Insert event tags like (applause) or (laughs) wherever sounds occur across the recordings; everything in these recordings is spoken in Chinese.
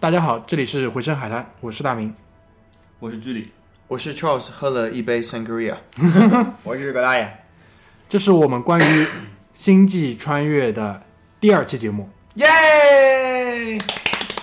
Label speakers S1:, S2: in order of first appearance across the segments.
S1: 大家好，这里是回声海滩，我是大明。
S2: 我是居里，
S3: 我是 Charles，喝了一
S4: (laughs)
S3: 杯 Sangria。我是葛大爷。
S1: 这是我们关于星际穿越的第二期节目，
S3: 耶！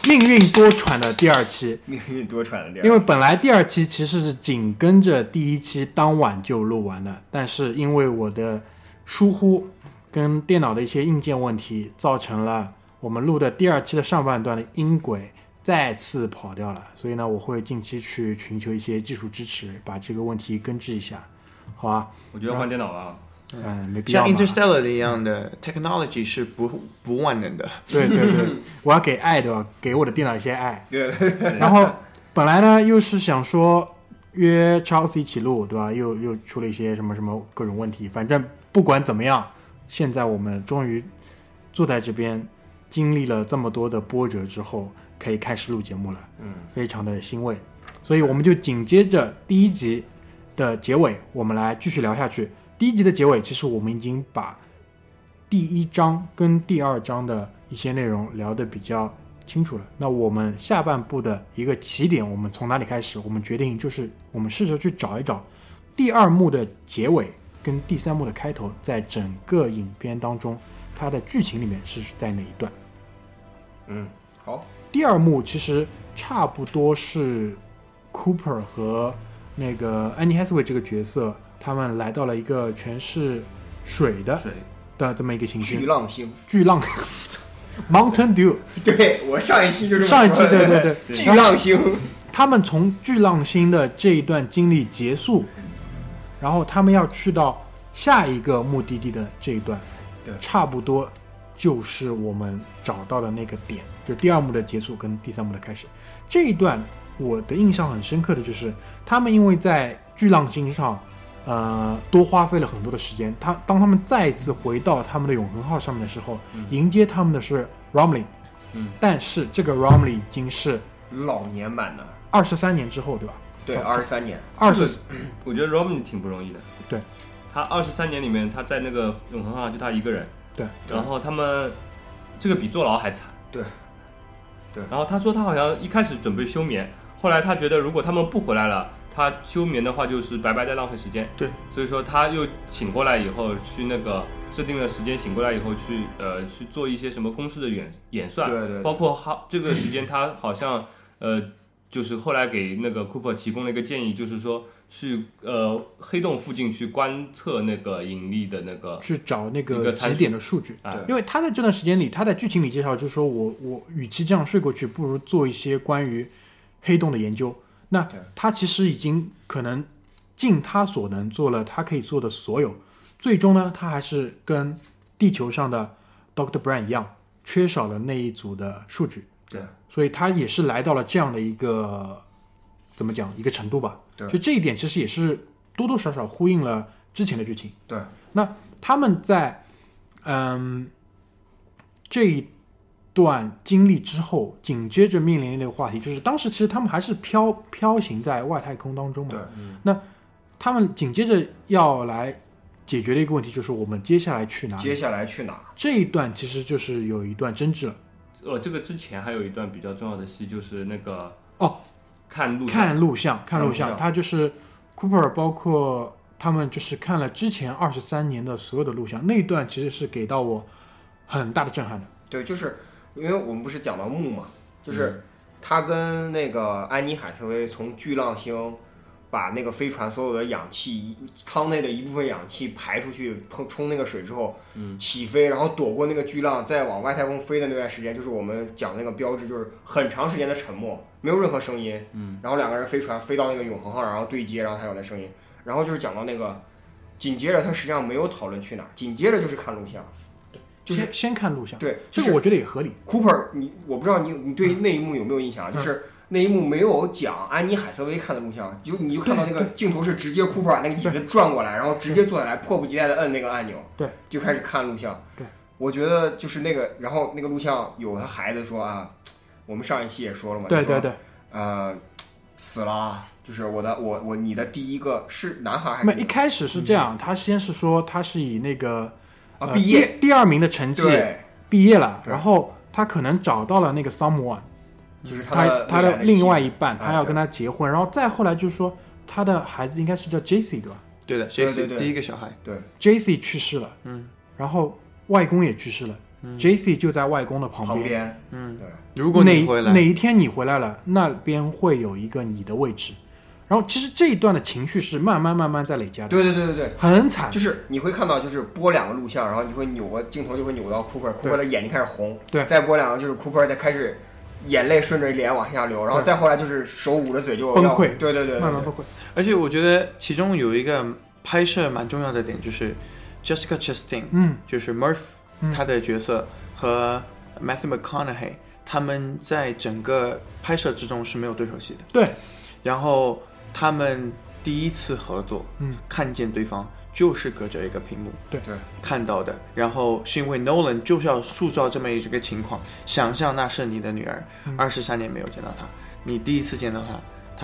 S1: 命运多舛的第二期。
S3: 命运多舛的地儿。
S1: 因为本来第二期其实是紧跟着第一期当晚就录完的，但是因为我的疏忽跟电脑的一些硬件问题，造成了我们录的第二期的上半段的音轨再次跑掉了。所以呢，我会近期去寻求一些技术支持，把这个问题根治一下，好吧？
S2: 我觉得换电脑了。
S1: 嗯，没必要
S3: 像
S1: 嘛。
S3: Interstellar 一样的 technology 是不不万能的。
S1: 对对对，我要给爱对吧？给我的电脑一些爱。
S3: 对，
S1: 然后本来呢又是想说约 Charles 一起录，对吧？又又出了一些什么什么各种问题，反正不管怎么样，现在我们终于坐在这边，经历了这么多的波折之后，可以开始录节目了，
S2: 嗯，
S1: 非常的欣慰。所以我们就紧接着第一集的结尾，我们来继续聊下去。第一集的结尾，其实我们已经把第一章跟第二章的一些内容聊得比较清楚了。那我们下半部的一个起点，我们从哪里开始？我们决定就是我们试着去找一找第二幕的结尾跟第三幕的开头，在整个影片当中，它的剧情里面是在哪一段？
S2: 嗯，好，
S1: 第二幕其实差不多是 Cooper 和那个 Annie Hathaway 这个角色，他们来到了一个全是水的
S2: 水，
S1: 的这么一个行星，
S3: 浪
S4: (laughs)
S3: 星。
S1: 巨浪 (laughs) Mountain Dew。
S3: 对我上一期就
S1: 上一期对对
S4: (laughs)
S1: 对，
S3: 巨浪星。
S1: 他们从巨浪星的这一段经历结束，然后他们要去到下一个目的地的这一段，
S3: 对
S1: 差不多就是我们找到的那个点，就第二幕的结束跟第三幕的开始。这一段我的印象很深刻的就是，他们因为在巨浪星上，呃，多花费了很多的时间。他当他们再次回到他们的永恒号上面的时候，迎接他们的是 Romley，
S2: 嗯，
S1: 但是这个 Romley 已经是。
S4: 老年版的，
S1: 二十三年之后，对吧？
S4: 对，
S1: 早
S4: 二十三年，
S1: 二十
S2: 我觉得 Robin 挺不容易的。
S1: 对，
S2: 他二十三年里面，他在那个永恒号就他一个人，
S1: 对，
S2: 然后他们这个比坐牢还惨。
S4: 对，对
S2: 然后他说他好像一开始准备休眠，后来他觉得如果他们不回来了，他休眠的话就是白白在浪费时间。
S3: 对，
S2: 所以说他又醒过来以后去那个设定了时间，醒过来以后去呃去做一些什么公式的演演算，
S3: 对对对
S2: 包括哈这个时间他好像呃就是后来给那个 Cooper 提供了一个建议，就是说。去呃黑洞附近去观测那个引力的那个
S1: 去找那
S2: 一
S1: 个
S2: 个参
S1: 极
S2: 数
S1: 点的数据
S2: 啊，
S1: 因为他在这段时间里，他在剧情里介绍，就是说我我与其这样睡过去，不如做一些关于黑洞的研究。那
S4: 对
S1: 他其实已经可能尽他所能做了他可以做的所有，最终呢，他还是跟地球上的 Doctor Brown 一样，缺少了那一组的数据。
S4: 对，
S1: 所以他也是来到了这样的一个怎么讲一个程度吧。
S4: 对
S1: 就这一点其实也是多多少少呼应了之前的剧情。
S4: 对，
S1: 那他们在嗯这一段经历之后，紧接着面临的那个话题就是，当时其实他们还是飘飘行在外太空当中嘛。
S4: 对
S1: 那他们紧接着要来解决的一个问题就是，我们接下来去哪里？
S4: 接下来去哪儿？
S1: 这一段其实就是有一段争执了。
S2: 呃，这个之前还有一段比较重要的戏，就是那个
S1: 哦，
S2: 看录像
S1: 看录像，看录
S4: 看录
S1: 像，
S4: 像
S1: 他就是 Cooper，包括他们就是看了之前二十三年的所有的录像，那一段其实是给到我很大的震撼的。
S4: 对，就是因为我们不是讲到木嘛，就是他跟那个安妮海瑟薇从巨浪星把那个飞船所有的氧气舱内的一部分氧气排出去，碰冲那个水之后，
S2: 嗯
S4: 起飞，然后躲过那个巨浪，再往外太空飞的那段时间，就是我们讲那个标志，就是很长时间的沉默，没有任何声音，嗯，然后两个人飞船飞到那个永恒号，然后对接，然后才有那声音，然后就是讲到那个。紧接着，他实际上没有讨论去哪儿，紧接着就是看录像，就是
S1: 先先看录像，
S4: 对，
S1: 这
S4: 就
S1: 个
S4: 是
S1: 我觉得也合理。
S4: Cooper，你我不知道你你对那一幕有没有印象啊？
S1: 嗯
S4: 就是那一幕没有讲安妮海瑟薇看的录像，就你就看到那个镜头是直接 Cooper 把那个椅子转过来，然后直接坐下来，迫不及待的摁那个按钮，
S1: 对，
S4: 就开始看录像。
S1: 对，
S4: 我觉得就是那个，然后那个录像有他孩子说啊，我们上一期也说了嘛，
S1: 对
S4: 就说
S1: 对对，
S4: 呃，死了，啊就是我的我我你的第一个是男孩还
S1: 那
S4: 是
S1: 一
S4: 女孩
S1: 开始是这样，他先是说他是以那个
S4: 啊
S1: 呃
S4: 毕业
S1: 第第二名的成绩
S4: 对
S1: 毕业了，
S4: 对
S1: 然后他可能找到了那个 someone，
S4: 就是
S1: 他
S4: 的
S1: 他
S4: 未来
S1: 的
S4: 的
S1: 另外
S4: 妻
S1: 一半，
S4: 啊
S1: 他要跟他结婚，然后再后来就是说他的孩子应该是叫 J.C. 对吧
S3: 对的，
S4: 对
S3: 这
S4: 对
S3: 是
S4: 对
S3: 第一个小孩，
S1: ？J.C. 去世了，嗯，然后外公也去世了、j c 就在外公的旁
S4: 旁
S1: 边。
S4: 边，
S3: 如果你回
S1: 哪哪
S3: 来，
S1: 一天你回来了，那边会有一个你的位置。然后其实这一段的情绪是慢慢慢慢在累加的，
S4: 对对对对对，
S1: 很惨。
S4: 就是你会看到，就是播两个录像，然后你会扭个镜头，就会扭到 Cooper，Cooper 的眼睛开始红。
S1: 对
S4: 再播两个就是 Cooper 在开始眼泪顺着脸往下流，然后
S1: 对
S4: 再后来就是手捂着嘴就
S1: 崩
S4: 要
S1: 溃
S4: 对对对对
S1: 慢慢
S4: 对
S1: 崩溃。
S3: 而且我觉得其中有一个拍摄蛮重要的点就是 Jessica Chastain，
S1: 嗯，
S3: 就是 Murph
S1: 嗯
S3: 他的角色和 Matthew McConaughey 他们在整个拍摄之中是没有对手戏的。
S1: 对，
S3: 然后他们第一次合作，
S1: 嗯，
S3: 看见对方就是隔着一个屏幕，
S1: 对
S4: 对，
S3: 看到的。然后是因为 Nolan 就是要塑造这么一个情况，想象那是你的女儿，
S1: 嗯
S3: 二十三年没有见到她，你第一次见到她，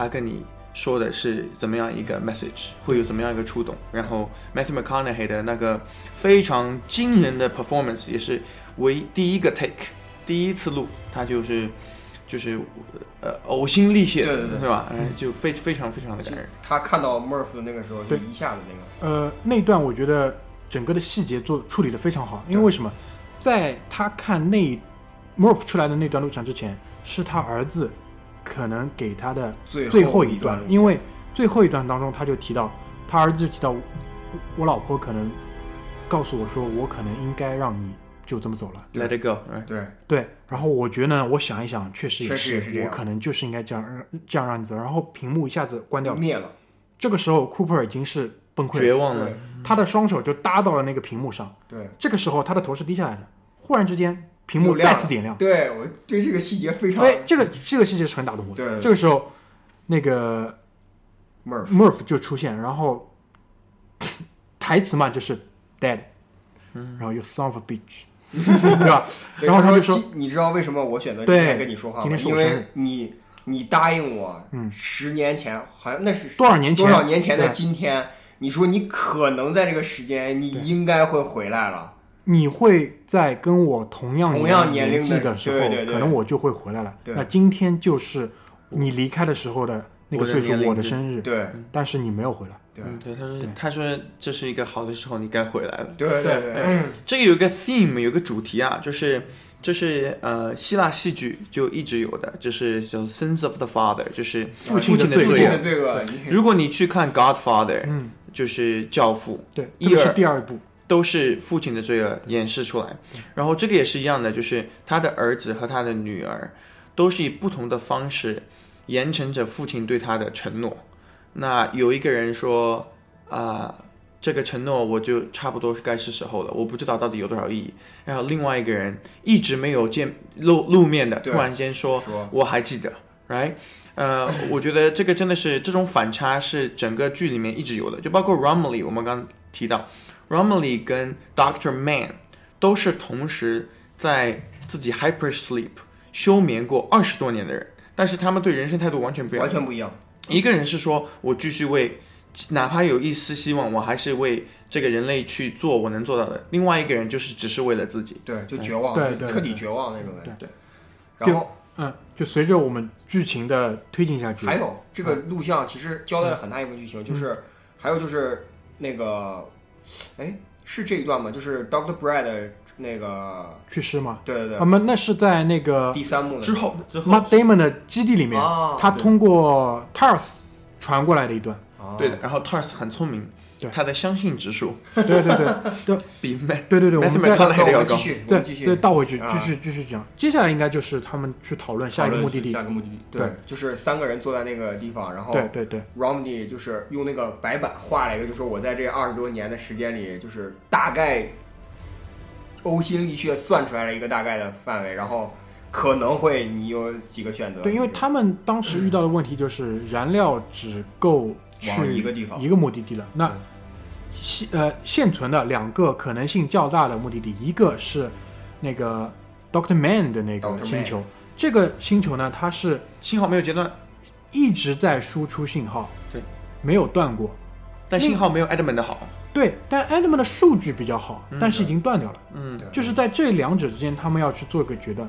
S3: 她跟你。说的是怎么样一个 message，会有怎么样一个触动？然后 Matthew McConaughey 的那个非常惊人的 performance 也是唯第一个 take，第一次录，他就是就是呃呕心沥血的，
S4: 对对嗯对
S3: 吧？哎就非非常非常的感人。
S4: 他看到 Murph 的那个时候，就
S1: 对
S4: 一下子那个
S1: 呃，那段我觉得整个的细节做处理的非常好，因为为什么？在他看那一 Murph 出来的那段录像之前，是他儿子可能给他的
S4: 最
S1: 最
S4: 后
S1: 后一段
S4: 段，，
S1: 因为最后一段当中他就提到，他儿子就提到，我我老婆可能告诉我说，我可能应该让你就这么走了。
S3: Let it go，right？嗯
S4: 对
S1: 对，然后我觉得呢，我想一想，确实也
S4: 确实也是这
S1: 我
S4: 样
S1: 可能就是应该这样让这样让你走，然后屏幕一下子关掉了。
S4: 灭了，
S1: 这个时候，Cooper 已经是崩溃
S3: 绝
S1: 了，
S3: 望了，
S1: 他的双手就搭到了那个屏幕上。
S4: 对
S1: 这个时候，他的头是低下来的，忽然之间，屏幕
S4: 又亮
S1: 再
S4: 了
S1: 次点亮。
S4: 对，我对这个细节非常
S1: 所以这个这个细节是很打动我的。
S4: 对
S1: 这个时候，那个
S4: Murph
S1: Murph 就出现，然后台词嘛就是 dead，然后又 son of a bitch，对吧？
S4: 嗯 (laughs) 对
S1: 然后
S4: 他
S1: 他就
S4: 说
S1: 说，：“
S4: 你知道为什么我选择今
S1: 对
S4: 天跟你说话
S1: 今
S4: 吗
S1: 天？是
S4: 因
S1: 我生
S4: 为
S1: 日
S4: 你你答应我，
S1: 嗯
S4: 十年前好像那是
S1: 多少年前
S4: 多少年前的
S1: 对
S4: 今天，你说你可能在这个时间，你应该会回来了。
S1: 你会在跟我同样
S4: 同样
S1: 年
S4: 年龄的
S1: 纪的时候，
S4: 对对对
S1: 可能我就会回来了。
S4: 对
S1: 那今天就是你离开的时候的那个岁
S3: 我的年
S1: 数，
S3: 龄
S1: 我的生日，
S4: 对
S1: 但是你没有回来。
S4: 对
S3: 嗯，对，他
S1: 对
S3: 说他说这是一个好的时候，你该回来了。
S4: 对对对，嗯
S3: 这个有一个 theme，有一个主题啊，就是这是呃希腊戏剧就一直有的，就是叫 sins of the father，就是
S1: 父亲
S3: 亲
S1: 的罪
S3: 的
S4: 父
S1: 恶
S4: 亲
S3: 恶
S4: 的。罪恶，
S3: 如果你去看 Godfather，
S1: 嗯，
S3: 就是教父，
S1: 对，
S3: 一
S1: 特别是
S3: 二
S1: 第二部，
S3: 都是父亲的罪恶掩饰出来。然后这个也是一样的，就是他的儿子和他的女儿都是以不同的方式严惩着父亲对他的承诺。那有一个人说啊、这个承诺我就差不多该是时候了，我不知道到底有多少意义。然后另外一个人一直没有见露露面的，
S4: 对
S3: 突然间说
S4: 说
S3: 我还记得，right？呃，我觉得这个真的是这种反差是整个剧里面一直有的，就包括 Romiley，我们刚刚提到 Romiley 跟 Doctor Man 都是同时在自己 hyper sleep 休眠过二十多年的人，但是他们对人生态度完全不一样
S4: 完。全不一样。
S3: 一个人是说我继续为，哪怕有一丝希望，我还是为这个人类去做我能做到的；另外一个人就是只是为了自己。
S4: 对，就绝望，
S1: 对
S4: 就
S1: 对
S4: 彻底绝望那种感觉。对，
S1: 对
S4: 然后
S1: 嗯，就随着我们剧情的推进下去，
S4: 还有这个录像，其实交代了很大一部分剧情，
S1: 嗯
S4: 就是还有就是那个，哎，是这一段吗？就是 Doctor Brad 那个，
S1: 去世嘛，啊
S4: 对对
S1: 那么那是在那个
S4: 对，第三幕的
S3: 之后，
S2: 之后
S1: Matt Damon 的基啊地里面
S4: 啊，
S1: 他
S2: 对
S1: 通过 Tars 传过来的一
S4: (laughs)
S1: 段。
S4: 啊
S3: 对的。然后 Tars 很聪明
S1: 对，
S3: 他的相信指数
S1: 对对对对
S3: 比 Matt
S1: 对对对，我们
S3: Matthew
S1: 再
S3: McConaughey 的
S4: 那我
S3: 要
S4: 们继
S3: 高。
S4: 续，我
S1: 再
S4: 们继
S1: 再
S4: 续。
S1: 倒回去，
S4: 啊
S1: 继续继续讲。接下来应该就是他们去讨论下一个目的地
S2: 下。一个目的地，
S4: 对，就是三个人坐在那个哦地方，然后
S1: 对对对，
S4: Romney 就是用那个白板画了一个，就说我在这二十多年的时间里，就是大概呕心沥血算出来了一个大概的范围，然后可能会你有几个选择。
S1: 对，因为
S4: 就是
S1: 他们当时遇到的问题就是燃料只够
S4: 往
S1: 去
S4: 一个地方
S1: 一个目的地了。那现呃现存的两个可能性较大的目的地，一个是那个 Doctor Man 的那
S4: Dr.
S1: 个
S4: Man
S1: 星球，这个星球呢，它是
S3: 信号没有截断，
S1: 一直在输出信号，
S3: 对，
S1: 没有断过。
S3: 但信号没有 Edmund 的好。
S1: 对，但 a n i m a 的数
S4: 嗯
S1: 据比较好，但是已经断掉了。
S3: 嗯，
S4: 对
S1: 就是在这两者之间，他们要去做一个决断。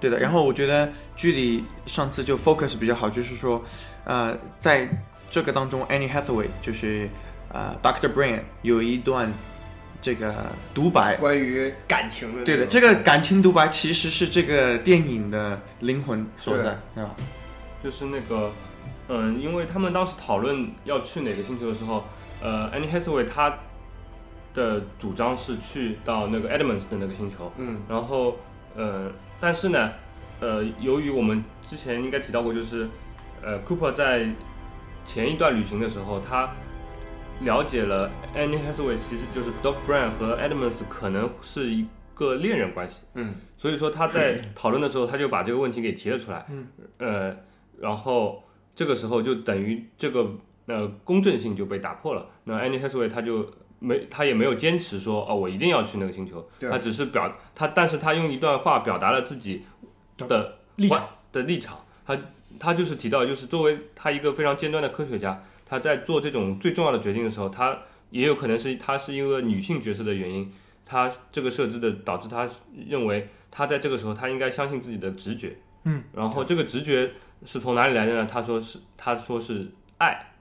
S3: 对的，然后我觉得剧里上次就 focus 比较好，就是说，呃，在这个当中，Annie Hathaway 就是呃 Doctor Brain 有一段这个独白，
S4: 关于感情的那种。
S3: 对的，这个感情独白其实是这个电影的灵魂所在，对吧？
S2: 就是那个，嗯，因为他们当时讨论要去哪个星球的时候，呃，Annie Hathaway 她的主张是去到那个 Edmonds 的那个星球，
S4: 嗯，
S2: 然后呃，但是呢，呃，由于我们之前应该提到过，就是呃，Cooper 在前一段旅行的时候，他了解了 Annie Hathaway 其实就是 Doc Brown 和 Edmonds 可能是一个恋人关系，
S4: 嗯，
S2: 所以说他在讨论的时候，他就把这个问题给提了出来，
S1: 嗯，
S2: 呃，然后这个时候就等于这个呃公正性就被打破了，那 Annie Hathaway 他就。没，他也没有坚持说哦，我一定要去那个星球。
S4: 对
S3: 啊
S2: 他只是表他，但是他用一段话表达了自己的
S1: 立场
S2: 的立场。他他就是提到，就是作为他一个非常尖端的科学家，他在做这种最重要的决定的时候，他也有可能是他是因为女性角色的原因，他这个设置的导致他认为他在这个时候他应该相信自己的直觉。
S1: 嗯，
S2: 然后这个直觉是从哪里来的呢？他说是他说是爱。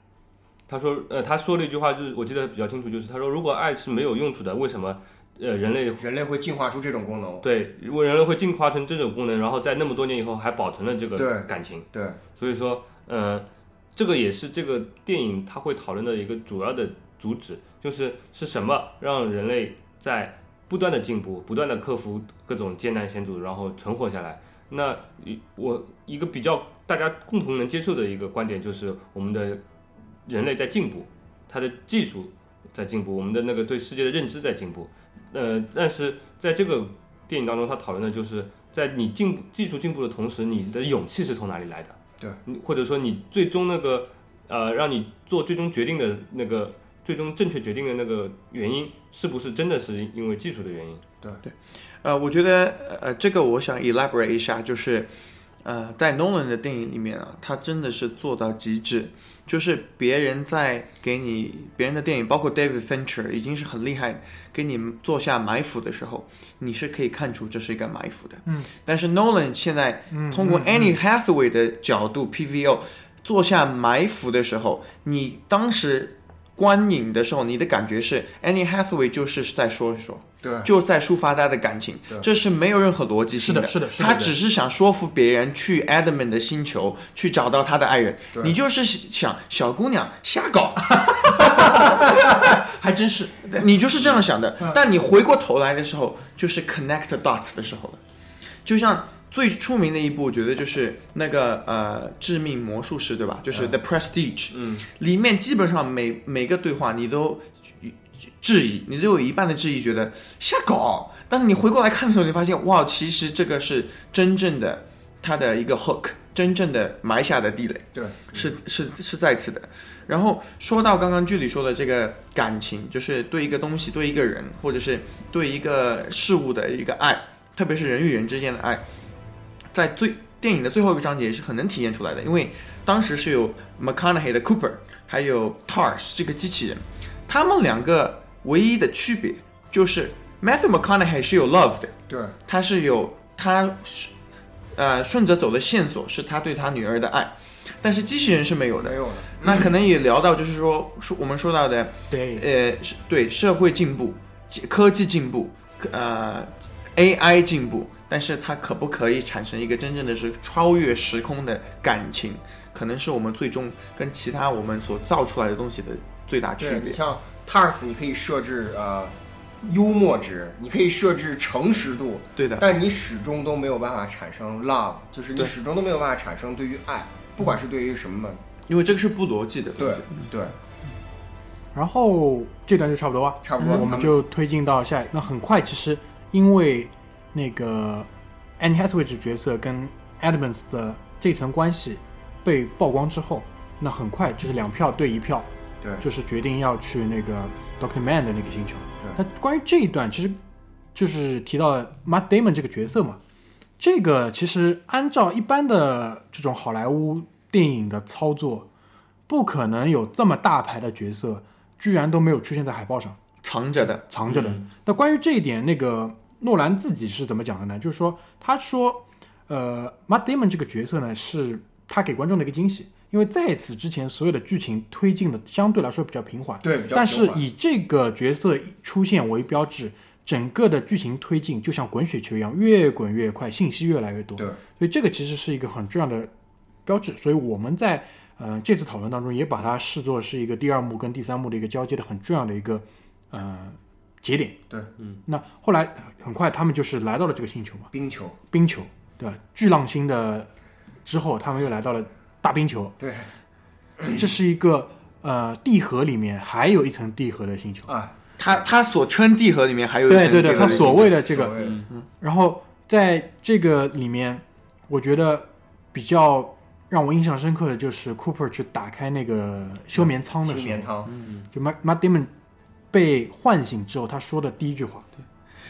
S2: 他说，呃，他说了一句话，就是我记得比较清楚，就是他说，如果爱是没有用处的，为什么，呃，人类
S4: 人类会进化出这种功能。
S2: 对，如果人类会进化成这种功能，然后在那么多年以后还保存了这个
S4: 对
S2: 感情，
S4: 对，
S2: 所以说，呃，这个也是这个电影它会讨论的一个主要的主旨，就是是什么让人类在不断的进步、不断的克服各种艰难险阻，然后存活下来。那一我一个比较大家共同能接受的一个观点就是，我们的人类在进步，它的技术在进步，我们的那个对世界的认知在进步。呃，但是在这个电影当中，它讨论的就是在你进步技术进步的同时，你的勇气是从哪里来的？你或者说你最终那个呃，让你做最终决定的那个最终正确决定的那个原因，是不是真的是因为技术的原因？
S3: 呃，我觉得呃，这个我想 elaborate 一下，就是呃，在 Nolan 的电影里面啊，他真的是做到极致，就是别人在给你别人的电影，包括 David Fincher 已经是很厉害，给你做下埋伏的时候，你是可以看出这是一个埋伏的。
S1: 嗯，
S3: 但是 Nolan 现在
S1: 嗯，
S3: 通过
S1: 嗯
S3: Annie Hathaway 的角度 PVO 做下埋伏的时候，你当时观影的时候，你的感觉是 Annie Hathaway 就是在说一说，
S4: 对，
S3: 就在抒发他的感情，这是没有任何逻辑
S1: 是
S3: 性
S1: 的，是的，是的
S3: 他只是想说服别人去 Adam 的星球去找到他的爱人，
S4: 对
S3: 你就是想小姑娘瞎搞，
S1: (laughs) 还真是嗯
S3: 你就是这样想的。但你回过头来的时候，就是 connect the dots 的时候了。就像最出名的一部，我觉得就是那个呃《致命魔术师》，对吧？就是《The Prestige》，
S2: 嗯，
S3: 里面基本上每每个对话你都质疑，你都有一半的质疑，觉得瞎搞。但是你回过来看的时候，你发现哇，其实这个是真正的它的一个 hook，真正的埋下的地雷。
S4: 对，
S3: 是是是在此的。然后说到刚刚剧里说的这个感情，就是对一个东西、对一个人，或者是对一个事物的一个爱，特别是人与人之间的爱，在最电影的最后一个章节是很能体现出来的。因为当时是有 McConaughey 的 Cooper，还有 Tars 这个机器人，他们两个唯一的区别就是 Matthew McConaughey 是有 love 的，
S4: 对，
S3: 他是有他是呃顺着走的线索是他对他女儿的爱，但是机器人是没有的
S4: 没。有了。
S3: 那可能也聊到，就是说，说我们说到的，
S1: 对，
S3: 呃，是对社会进步、科技进步、科呃 AI 进步，但是它可不可以产生一个真正的是超越时空的感情，可能是我们最终跟其他我们所造出来的东西的最大区
S4: 对你
S3: 别。
S4: 像 Tars，你可以设置呃幽默值，你可以设置诚实度，
S3: 对的，
S4: 但你始终都没有办法产生 love，就是你
S3: 对
S4: 始终都没有办法产生对于爱，不管是对于什么，
S3: 因为这个是不逻辑的东
S4: 对
S3: 西。
S4: 对，
S1: 然后这段就差不多吧，
S4: 差不多。
S1: 嗯
S4: 嗯
S1: 我
S4: 他
S1: 们就推进到下一。那很快，其实因为那个 Annie Hathaway 这角色跟 Adams 的这层关系被曝光之后，那很快就是两票对一票，
S4: 对
S1: 就是决定要去那个 Doctor Man 的那个星球。那
S4: 对
S1: 关于这一段，其实就是提到了 Matt Damon 这个角色嘛，这个其实按照一般的这种好莱坞电影的操作，不可能有这么大牌的角色居然都没有出现在海报上。
S3: 藏着的，
S1: 藏着的。那关于这一点，那个诺兰自己是怎么讲的呢？就是说，他说，呃，Matt Damon 这个角色呢，是他给观众的一个惊喜，因为在此之前所有的剧情推进的相对来说比较平缓，
S4: 对，比较
S1: 但是
S4: 平缓
S1: 以这个角色出现为标志，整个的剧情推进就像滚雪球一样，越滚越快，信息越来越多。
S4: 对
S1: 所以这个其实是一个很重要的标志。所以我们在呃这次讨论当中，也把它视作是一个第二幕跟第三幕的一个交接的很重要的一个呃节点。
S4: 对，
S1: 嗯。那后来很快他们就是来到了这个星球嘛，
S4: 冰球，
S1: 冰球，对吧？巨浪星的之后，他们又来到了大冰球，
S4: 对
S1: 这是一个呃地核里面还有一层地核的星球。
S4: 啊，
S3: 他他所称地核里面还有一
S1: 对
S3: 层
S1: 对对，
S3: 地核
S1: 他
S3: 的
S1: 所谓的这个嗯
S4: 所谓的
S1: 然后在这个里面，我觉得比较让我印象深刻的就是 Cooper 去打开那个休眠舱的
S4: 休
S1: 时
S4: 眠
S3: 嗯
S1: 候，嗯
S4: 舱，
S1: 就 Matt Matt Damon 被唤醒之后，他说的第一句话，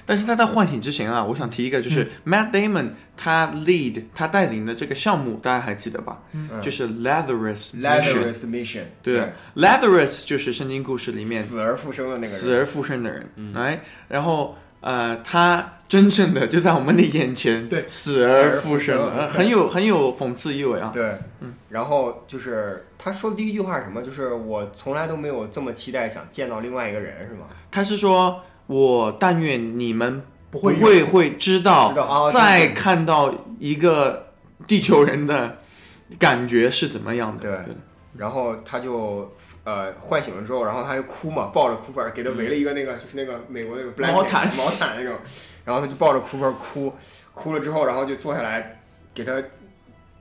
S3: 但是他在唤醒之前啊，我想提一个，就是
S1: 嗯
S3: Matt Damon 他 lead 他带领的这个项目，大家还记得吧？
S4: 嗯
S3: 就是 Lazarus Mission。
S4: Lazarus Mission，
S3: 对，Lazarus 就是圣经故事里面
S4: 死而复生的那个
S3: 死
S4: 人，嗯
S3: 而复生的人，哎，然后呃，他真正的就在我们的眼前，
S4: 对
S3: 死
S4: 死而
S3: 而复
S4: 复生对
S3: 了，很有很有讽刺意味啊。
S4: 对，然后就是他说的第一句话是什么？就是我从来都没有这么期待想见到另外一个人，是吗？
S3: 他是说，我但愿你们
S1: 不
S3: 会
S1: 会
S3: 会知道，
S4: 知道啊
S3: 再
S4: 对对
S3: 看到一个地球人的感觉是怎么样的。
S4: 对然后他就呃唤醒了之后，然后他就哭嘛，抱着 Cooper 给他围了一个那个、就是那个美国那种 blanket,
S3: 嗯毛毯
S4: 毛毯那种，然后他就抱着 Cooper 哭，哭了之后，然后就坐下来给他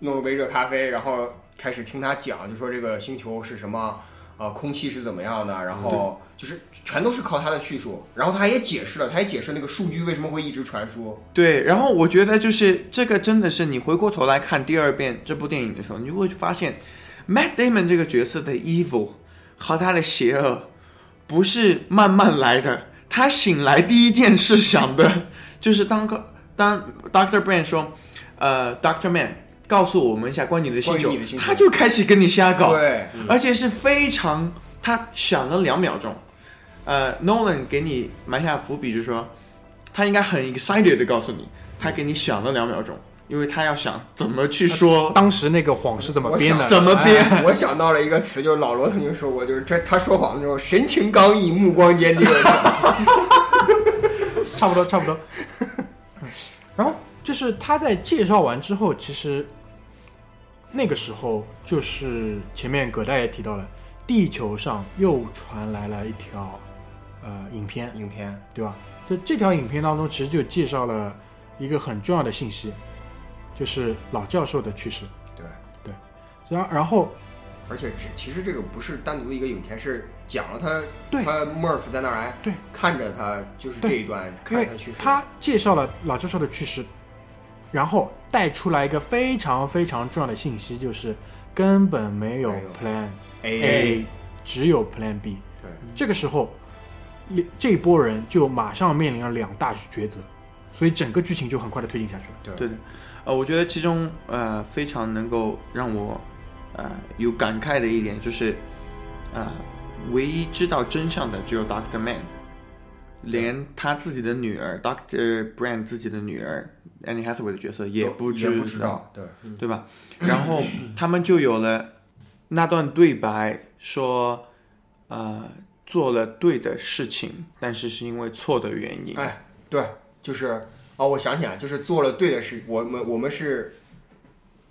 S4: 弄了杯热咖啡，然后开始听他讲，就说这个星球是什么。呃，空气是怎么样的？
S3: 嗯
S4: 然后就是全都是靠他的叙述，然后他也解释了，他也解释那个数据为什么会一直传输。
S3: 对，然后我觉得就是这个真的是你回过头来看第二遍这部电影的时候，你就会发现 Matt Damon 这个角色的 evil 和他的邪恶不是慢慢来的。他醒来第一件事想的就是当个当 Doctor Brand 说，呃，Doctor Man 告诉我们一下关于你的星
S4: 关于
S3: 球
S4: 你的，星球
S3: 他就开始跟你瞎搞。
S4: 对，
S3: 而且是非常，他想了两秒钟。呃，Nolan 给你埋下伏笔，就是说他应该很 excited 的告诉你，他给你想了两秒钟，因为他要想怎么去说，
S1: 当时那个谎是怎么编的？
S3: 怎么编
S1: 哎？
S4: 我想到了一个词，就是老罗曾经说过，就是这他说谎的时候神情刚毅，目光坚定。
S1: 差不多，差不多。 (laughs) 嗯然后就是他在介绍完之后，其实那个时候就是前面葛大爷提到了，地球上又传来了一条呃影片，
S4: 影片，
S1: 对吧？就这条影片当中，其实就介绍了一个很重要的信息，就是老教授的去世。
S4: 对，
S1: 然然后
S4: 而且只其实这个不是单独一个影片，是讲了他
S1: 对
S4: 他 Murph 在那儿哎，
S1: 对
S4: 看着他就是这
S1: 对
S4: 一段
S1: 因
S4: 看
S1: 为
S4: 着他去世，
S1: 他介绍了老教授的去世，然后带出来一个非常非常重要的信息，就是根本没有
S4: 没有
S1: Plan
S4: A
S1: A，只有 Plan B。
S4: 哎对
S1: 这个时候，两这一波人就马上面临了两大抉择，所以整个剧情就很快的推进下去了。
S4: 对
S3: 对的。呃，我觉得其中呃非常能够让我呃有感慨的一点就是，呃，唯一知道真相的只有 Doctor Man，连他自己的女儿 Doctor Brand 自己的女儿 Annie Hathaway 的角色也不
S4: 也
S3: 知
S4: 不知道，对
S3: 对吧？然后他们就有了那段对白，说，呃，做了对的事情，但是是因为错的原因。
S4: 哎对，就是哦，我想起来，就是做了对的事，我们我们是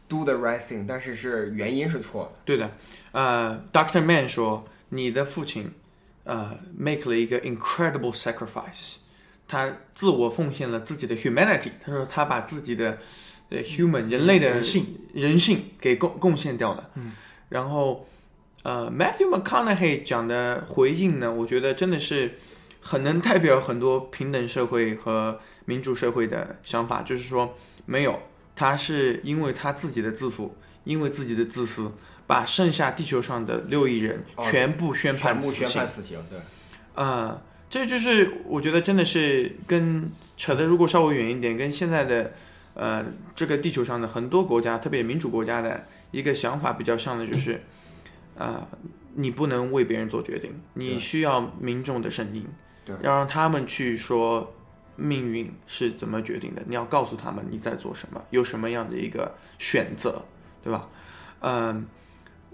S4: do the right thing，但是是原因是错的，
S3: 对的，呃，Doctor Man 说，你的父亲，呃，make 了一个 incredible sacrifice，他自我奉献了自己的 humanity，他说他把自己的呃 human 人类的
S1: 人性
S3: 人性给贡贡献掉了。嗯，然后呃，Matthew McConaughey 讲的回应呢，我觉得真的是很能代表很多平等社会和民主社会的想法，就是说没有，他是因为他自己的自负，因为自己的自私，把剩下地球上的六亿人
S4: 哦
S3: 全部宣判
S4: 全部
S3: 死
S4: 宣
S3: 刑。
S4: 判死刑，对
S3: 呃，这就是我觉得真的是跟扯得如果稍微远一点，跟现在的呃这个地球上的很多国家，特别民主国家的一个想法比较像的，就是呃你不能为别人做决定，你需要民众的声音，
S4: 对
S3: 要让他们去说命运是怎么决定的，你要告诉他们你在做什么，有什么样的一个选择，对吧？嗯，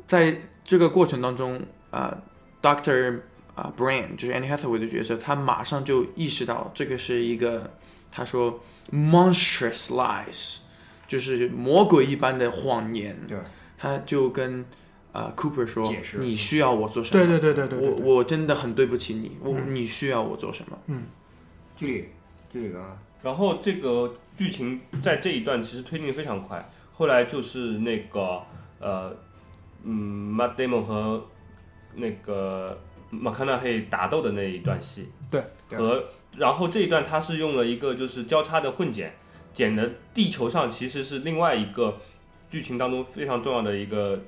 S3: 在这个过程当中，啊、d r 啊、Brain 就是 Anne Hathaway 的角色，他马上就意识到这个是一个，他说 monstrous lies，就是魔鬼一般的谎言。
S4: 对，
S3: 他就跟啊、Cooper 说
S4: 解释：“
S3: 你需要我做什么？
S1: 对对对对对对对
S3: 我我真的很对不起你，我、
S4: 嗯
S3: 你需要我做什么？
S4: 剧里剧里啊，
S2: 然后这个剧情在这一段其实推进得非常快，后来就是那个呃，嗯，Matt Damon 和那个马康纳黑打斗的那一段戏，
S1: 对，
S4: 对
S2: 和然后这一段他是用了一个就是交叉的混剪，剪的地球上其实是另外一个剧情当中非常重要的一个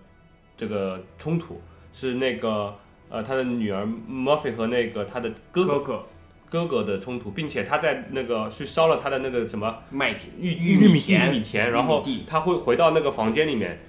S2: 这个冲突，是那个呃他的女儿 Murphy 和那个他的哥哥
S4: 哥哥
S2: 哥哥的冲突，并且他在那个去烧了他的那个什么
S4: 麦田
S2: 玉
S1: 玉米
S2: 米田，玉米
S4: 玉
S2: 田，
S4: 米
S2: 然后
S4: 地
S2: 他会回到那个房间里面，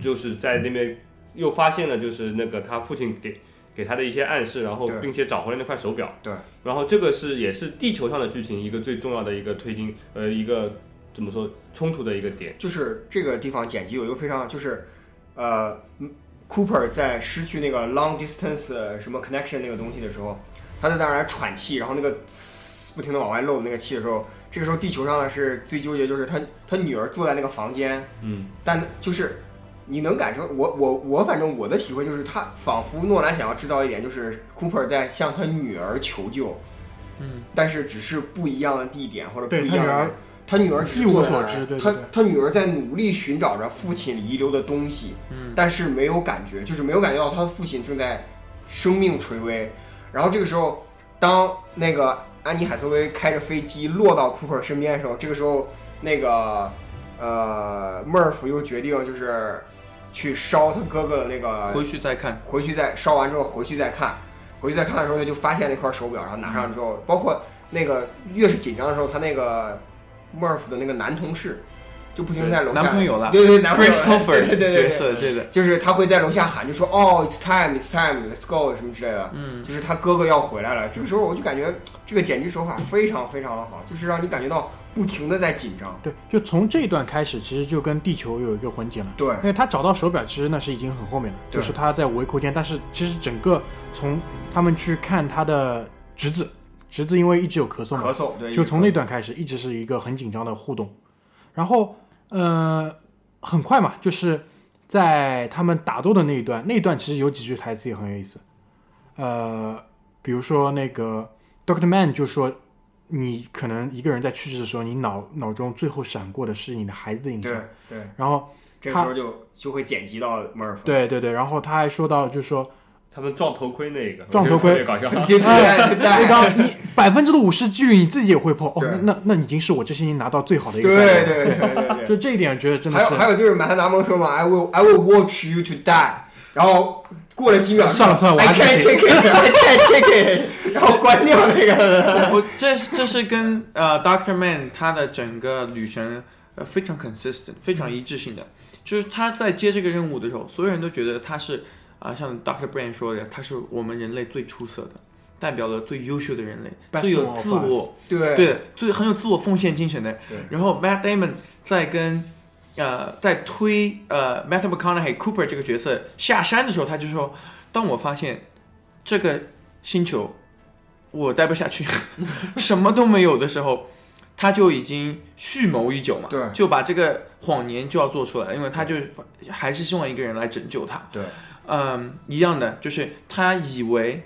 S2: 就是在那边又发现了就是那个他父亲给给他的一些暗示，然后
S4: 对
S2: 并且找回了那块手表。
S4: 对，
S2: 然后这个是也是地球上的剧情一个最重要的一个推进，呃，一个怎么说冲突的一个点。
S4: 就是这个地方剪辑有一个非常就是，呃嗯，Cooper 在失去那个 long distance 呃什么 connection 那个东西的时候，他在那儿喘气，然后那个嘶不停的往外漏那个气的时候，这个时候地球上呢是最纠结就是他他女儿坐在那个房间，
S2: 嗯，
S4: 但就是你能感受我我我反正我的体会就是他仿佛诺兰想要制造一点就是 Cooper 在向他女儿求救，
S3: 嗯，
S4: 但是只是不一样的地点或者不
S1: 对
S4: 一
S1: 他
S4: 样
S1: 女
S4: 的
S1: 儿。
S4: 他女儿只是坐在那儿
S1: 一无所知对对
S4: 他
S1: 对
S4: 他女儿在努力寻找着父亲遗留的东西，
S3: 嗯，
S4: 但是没有感觉，就是没有感觉到他父亲正在生命垂危。然后这个时候，当那个安妮海瑟薇开着飞机落到 Cooper 身边的时候，这个时候那个呃 Murph 又决定就是去烧他哥哥的那个
S3: 回去再看。
S4: 回去再烧完之后回去再看，回去再看的时候他就发现那块手表，然
S3: 嗯
S4: 后拿上之后，包括那个越是紧张的时候，他那个 Murph 的那个男同事就不停地在楼下
S3: 男朋友啦
S4: (laughs)
S3: 啊
S4: 对对男朋友
S3: Christopher
S4: (laughs) 对对对对
S3: 角色，对的，
S4: 就是他会在楼下喊，就说哦，it's time，it's time，let's go 什么之类的。
S3: 嗯，
S4: 就是他哥哥要回来了，这个时候我就感觉这个剪辑手法非常非常的好，就是让你感觉到不停的在紧张。
S1: 对，就从这一段开始，其实就跟地球有一个混剪了。
S4: 对
S1: 因为他找到手表，其实那是已经很后面了，
S4: 对
S1: 就是他在围空间。但是其实整个从他们去看他的侄子，侄子因为一直有咳嗽嘛，
S4: 咳嗽，对，
S1: 就从那段开始，一直是一个很紧张的互动。然后，呃，很快嘛，就是在他们打斗的那一段，那一段其实有几句台词也很有意思。呃，比如说那个 Doctor Man 就说，你可能一个人在去世的时候，你脑脑中最后闪过的是你的孩子的影
S4: 对
S1: 像。
S4: 对，
S1: 然后，
S4: 这个时候就就会剪辑到 Murph。
S1: 对对对，然后他还说到，就是说，
S2: 他们撞头盔那个，
S1: 撞头盔
S2: 我觉得特别搞笑。
S4: 对对
S1: 那 (laughs)
S4: 对
S1: 刚你百分之五十几率你自己也会破，哦，
S4: 对
S1: 那那那已经是我这些年拿到最好的一个
S4: 对
S1: 效果了。
S4: 对对对对对。
S1: 就这一点，觉得真的
S4: 还
S1: 是
S4: 有还有就是马汉达蒙说嘛，I will I will watch you to die，然后过了几秒，哎
S1: 算了算了我还
S4: I
S1: 是
S4: can't
S1: 不
S4: take it，I can't take it，然后哎关掉那个，
S3: 我这是这是跟呃 Doctor Man 他的整个旅程呃非常 consistent，非常一致性的，就是他在接这个任务的时候，所有人都觉得他是啊、像 Doctor Brain 说的，他是我们人类最出色的，代表了最优秀的人类，
S1: Best
S3: 最有
S1: of
S3: 自我，
S4: 对
S3: 对，最很有自我奉献精神的
S4: 对。
S3: 然后 Matt Damon 在跟呃在推呃 Matthew McConaughey Cooper 这个角色下山的时候，他就说：“当我发现这个星球我待不
S4: (laughs)
S3: 下去，什么都没有的时候，他就已经蓄谋已久嘛，
S4: 对
S3: 就把这个谎言就要做出来，因为他就还是希望一个人来拯救
S1: 啊
S3: 他。
S4: 对，
S3: 嗯，一样的，就是他以为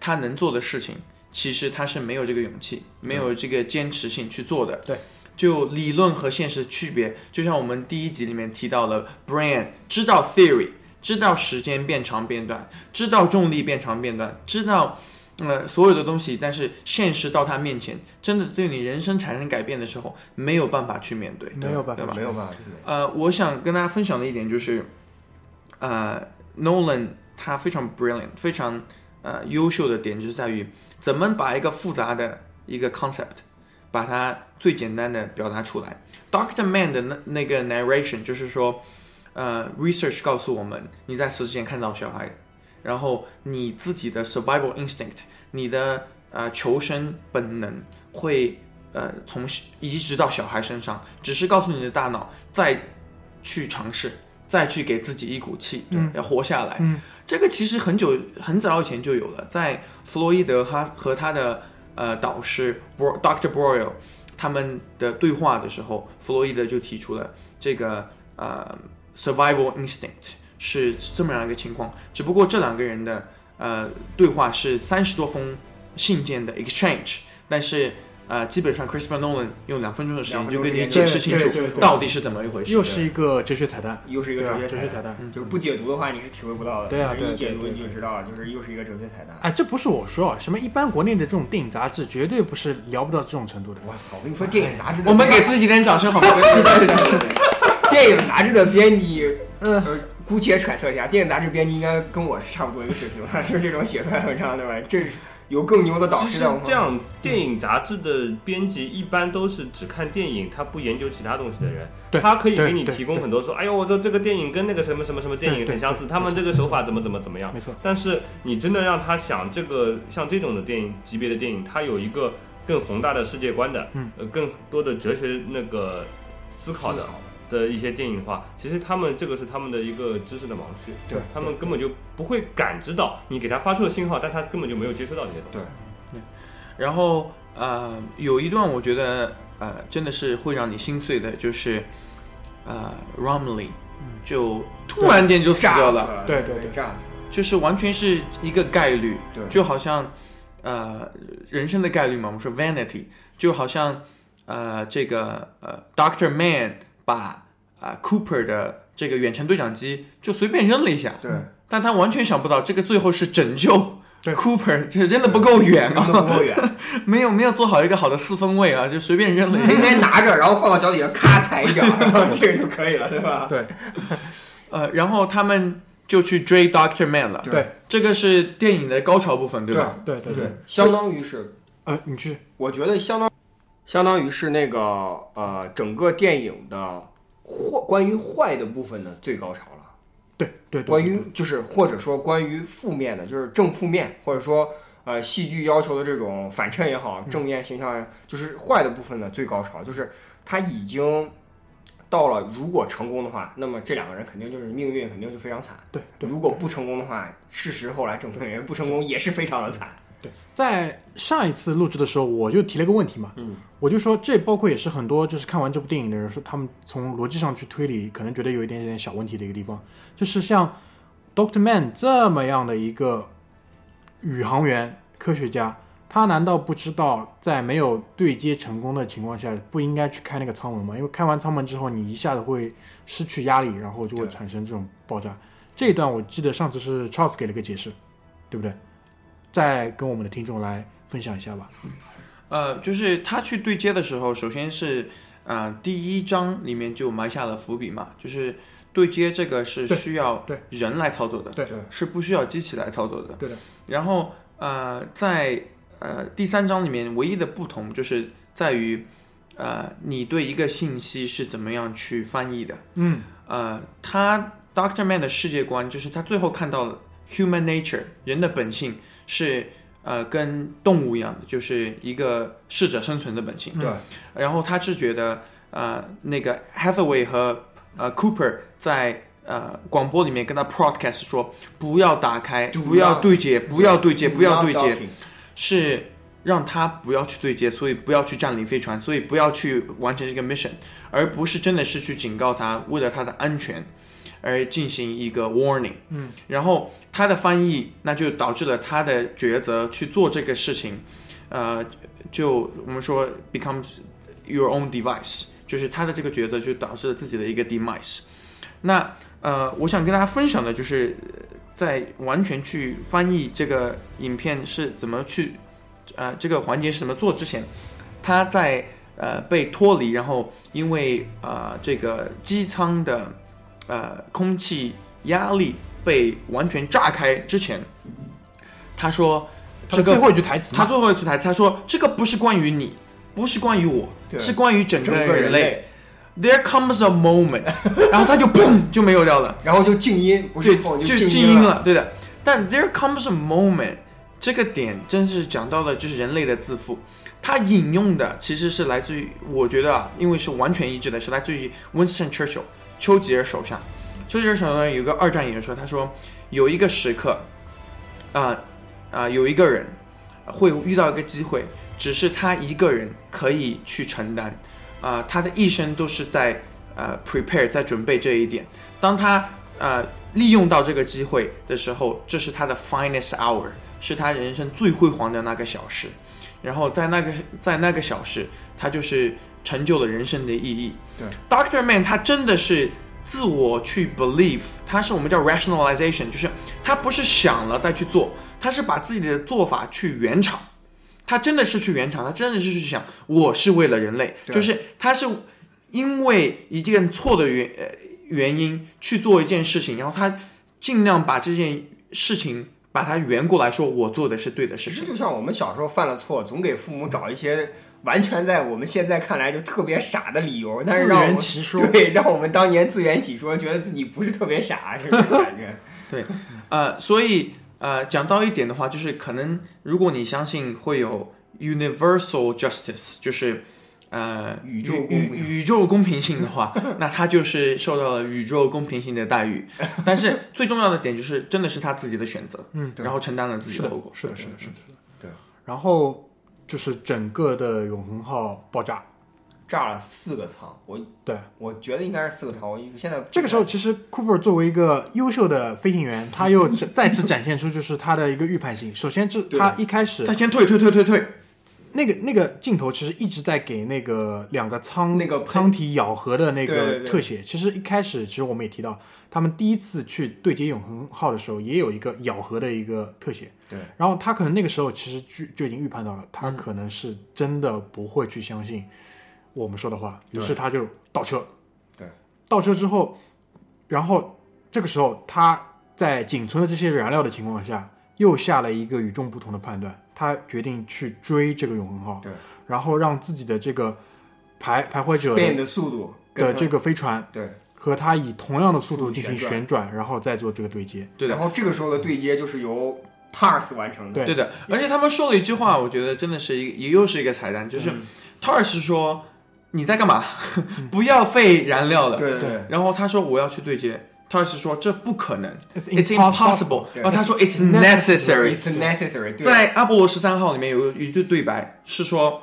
S3: 他能做的事情，其实他是没有这个勇气，没有这个坚持性去做的。
S1: 对。
S3: 就理论和现实区别，就像我们第一集里面提到了，Brand 知道 theory，知道时间变长变短，知道重力变长变短，知道呃所有的东西，但是现实到他面前，真的对你人生产生改变的时候，没有办法去面对。
S1: 没有办法
S3: 对吧
S4: 没有办法，
S3: 呃，我想跟大家分享的一点就是，呃，Nolan 他非常 brilliant，非常呃优秀的点就是在于怎么把一个复杂的一个 concept，把它最简单的表达出来。Doctor Man 的那那个 narration 就是说，呃，research 告诉我们你在死之前看到小孩，然后你自己的 survival instinct，你的呃求生本能会呃从移植到小孩身上，只是告诉你的大脑再去尝试，再去给自己一股气，
S1: 嗯
S3: 要活下来。
S1: 嗯
S3: 这个其实很久很早以前就有了，在弗洛伊德他和他的呃导师 Bro- Dr. Broil 他们的对话的时候，弗洛伊德就提出了这个呃 survival instinct 是这么样一个情况，只不过这两个人的呃对话是三十多封信件的 exchange，但是呃基本上 Christopher Nolan 用两分钟的时间就跟你
S4: 两分
S3: 解
S4: 钟
S1: 时
S3: 释
S1: 间
S3: 清
S1: 对对对
S3: 楚
S1: 对
S3: 到底是怎么一回事。
S1: 又是一个哲学彩蛋，
S4: 又是一个
S1: 对
S4: 哲
S1: 吧
S4: 学
S1: 哲
S4: 彩
S1: 学
S4: 蛋，嗯
S1: 彩蛋。
S4: 就是不解读的话你是体会不到的。
S1: 对啊
S4: 但是
S1: 对
S4: 一解
S1: 对
S4: 读
S1: 对
S4: 你就
S1: 对
S4: 知道了，就是又是一个哲学彩蛋。
S1: 哎，这不是我说啊，什么一般国内的这种电影杂志绝对不是聊不到这种程度的。
S4: 我操！我跟你说，电影杂志的
S3: 我们给自己点掌声好吗？
S4: (laughs)
S1: (laughs)
S4: 电影杂志的编辑，
S1: 嗯
S4: 呃，姑且揣测一下， (laughs) 电影杂志编辑应该跟我是差不多一个水平吧， (laughs) 就是这种写出来的文章，对吧？这是有更牛的导
S2: 其
S4: 师
S2: 实
S4: 在我们旁
S2: 这
S4: 边，
S2: 样，电影杂志的编辑一般都是只看电影，他不研究其他东西的人。
S1: 对
S2: 他可以
S1: 对
S2: 给你
S1: 对
S2: 提供
S1: 对
S2: 很多说，哎呦，我说这个电影跟那个什么什么什么电
S1: 对
S2: 影
S1: 对
S2: 很相似，他们这个手法怎么怎么怎么样。
S1: 没错，
S2: 但是你真的让他想这个像这种的电影级别的电影，它有一个更宏大的世界观的，
S1: 嗯，
S2: 呃，更多的哲学那个思考的
S4: 思考
S2: 的一些电影的话，其实他们这个是他们的一个知识的盲区，
S4: 对
S2: 他们根本就不会感知到你给他发出的信号，但他根本就没有接收到这些东西。
S3: 然后呃，有一段我觉得呃，真的是会让你心碎的，就是呃，Romley 就突然间就死
S4: 炸
S3: 掉
S4: 嗯死
S3: 了，
S4: 了，
S1: 对对
S4: 对
S1: 对
S4: 炸死了。
S3: 就是完全是一个概率，
S4: 对
S3: 就好像呃人生的概率嘛，我们说 vanity，就好像呃这个呃 Doctor Man 把啊、呃 Cooper 的这个远程对讲机就随便扔了一下，
S4: 对，
S3: 但他完全想不到这个最后是拯救
S1: 对
S3: Cooper，这扔的不够远
S4: 扔
S3: 啊，
S4: 得不
S3: (laughs)
S4: 够远， (laughs)
S3: 没有没有做好一个好的四分位啊，就随便扔了一
S4: 应
S3: 个。
S4: 该拿着，然后放到脚底下，咔踩一脚， (laughs) 然后这个就可以了，对吧？
S1: 对
S3: 呃，然后他们就去追 Doctor Man 了。
S1: 对
S3: 这个是电影的高潮部分，对吧？
S1: 对对
S4: 对，，相当于是
S1: 呃，你去，
S4: 我觉得相当相当于是那个呃，整个电影的坏关于坏的部分的最高潮了。
S1: 对对对，
S4: 关于就是或者说关于负面的，就是正负面，或者说呃戏剧要求的这种反衬也好，正面形象也就是坏的部分的最高潮，就是他已经到了，如果成功的话，那么这两个人肯定就是命运肯定就非常惨。
S1: 对对，
S4: 如果不成功的话，事实后来证明人不成功也是非常的惨。
S1: 在上一次录制的时候，我就提了个问题嘛，
S4: 嗯，
S1: 我就说这包括也是很多就是看完这部电影的人说，他们从逻辑上去推理，可能觉得有一点点小问题的一个地方，就是像 Doctor Man 这么样的一个宇航员科学家，他难道不知道在没有对接成功的情况下，不应该去开那个舱门吗？因为开完舱门之后，你一下子会失去压力，然后就会
S4: 对
S1: 产生这种爆炸。这一段我记得上次是 Charles 给了个解释，对不对？再跟我们的听众来分享一下吧。
S3: 呃，就是他去对接的时候，首先是呃第一章里面就埋下了伏笔嘛，就是对接这个是
S1: 对
S3: 需要
S1: 对
S3: 人来操作的，
S1: 对
S4: 对
S3: 是不需要机器来操作的。
S1: 对的。
S3: 然后呃，在呃第三章里面唯一的不同就是在于呃你对一个信息是怎么样去翻译的。
S1: 嗯，
S3: 呃，他 Doctor Man 的世界观就是他最后看到了 human nature 人的本性是呃跟动物一样的，就是一个适者生存的本性。
S4: 对，
S3: 然后他是觉得呃那个 Hathaway 和呃 Cooper 在。呃，广播里面跟他 broadcast 说，不要打开，
S4: Do
S3: 不要
S4: not-
S3: 对接，不要对接，不要对接，
S4: Talking，
S3: 是让他不要去对接，所以不要去占领飞船，所以不要去完成这个 mission，而不是真的是去警告他，为了他的安全而进行一个 warning。
S1: 嗯，
S3: 然后他的翻译那就导致了他的抉择去做这个事情，呃，就我们说 becomes your own device，就是他的这个抉择就导致了自己的一个 demise。那呃，我想跟大家分享的就是呃在完全去翻译这个影片是怎么去，呃，这个环节是怎么做之前，他在呃被脱离，然后因为呃这个机舱的呃空气压力被完全炸开之前，他说
S1: 他
S3: 这
S1: 们
S3: 个
S1: 最后一句台词
S3: 他
S1: 嘛，
S3: 最后一次台词，他说这个不是关于你，不是关于我，
S4: 对
S3: 是关于整个
S4: 整个人
S3: 人类。
S4: 类，
S3: There comes a moment，然后他就 (laughs) 砰就没有掉了，
S4: 然后就静音，不是
S3: 对，
S4: 碰
S3: 就
S4: 静
S3: 静音
S4: 了。
S3: 了，对的。但 there comes a moment 这个点真是讲到了就是人类的自负，他引用的其实是来自于，我觉得啊，因为是完全一致的，是来自于 Winston Churchill 丘吉尔首相。丘吉尔首相有一个二战演说，他说有一个时刻，啊、啊、有一个人会遇到一个机会，只是他一个人可以去承担，啊、他的一生都是在呃 prepare 在准备这一点。当他呃利用到这个机会的时候，这是他的 finest hour，是他人生最辉煌的那个小时。然后在那个在那个小时，他就是成就了人生的意义。
S1: 对
S3: ，Doctor Man 他真的是自我去 believe，他是我们叫 rationalization，就是他不是想了再去做，他是把自己的做法去圆场。他真的是去圆场，他真的是去想，我是为了人类，
S4: 对
S3: 就是他是因为一件错的原呃原因去做一件事情，然后他尽量把这件事情把它圆过来说，我做的是对的事
S4: 其
S3: 情
S4: 实。就像我们小时候犯了错，总给父母找一些完全在我们现在看来就特别傻的理由，但是让我
S1: 圆
S4: 们
S1: 其说，
S4: 对让我们当年自圆其说，觉得自己不是特别傻，是这种感觉。
S3: 呃，所以呃，讲到一点的话，就是可能如果你相信会有 universal justice，就是呃
S4: 宇宙公
S3: 宇
S4: 平
S3: 宇宙公平性的话，那他就是受到了宇宙公平性的待遇。但是最重要的点就是，真的是他自己的选择，
S1: 嗯，
S3: 然后承担了自己
S1: 是
S3: 的
S1: 的
S3: 后果，。
S1: 是的，是的，是的，是的
S4: 对。
S1: 然后就是整个的永恒号爆炸，
S4: 炸了四个仓，我
S1: 对。
S4: 我觉得应该是四个仓，我现在
S1: 这个时候，其实 Cooper 作为一个优秀的飞行员，他又再次展现出就是他的一个预判性。首先，是
S4: 对
S1: 他一开始
S3: 再先退退退退退，
S1: 那个那个镜头其实一直在给那个两个舱
S4: 那个喷
S1: 舱体咬合的那
S4: 对对
S1: 个
S4: 对
S1: 特写。其实一开始，其实我们也提到，他们第一次去对接永恒号的时候，也有一个咬合的一个特写。
S4: 对，
S1: 然后他可能那个时候其实就就已经预判到了，他
S4: 嗯
S1: 可能是真的不会去相信我们说的话，于
S4: 对
S1: 是他就倒车。
S4: 对，
S1: 倒车之后，然后这个时候他在仅存的这些燃料的情况下，又下了一个与众不同的判断，他决定去追这个永恒号，
S4: 对，
S1: 然后让自己的这个徘徘徊者
S4: spin
S1: 的
S4: 的速度
S1: 的
S4: 跟
S1: 这个飞船
S4: 对，
S1: 和他以同样的速
S4: 速
S1: 度
S4: 度
S1: 进行
S4: 旋
S1: 旋转，然后再做这个对接。
S3: 对的
S4: 然。后这个时候的对接就是由 Pars 完成的，
S1: 对
S3: 对的，而且他们说了一句话，我觉得真的是一个也又是一个彩蛋，就是、Tars 说你在干嘛？ (laughs) 不要费燃料了。
S4: 对对对
S3: 然后他说我要去对接，t a r s 说这不可能
S1: It's
S3: ，It's impossible。
S4: 对
S3: 然后他说 It's
S4: i
S3: necessary。
S4: t s necessary，对，
S3: 在阿波罗十三号里面有一句对白是说，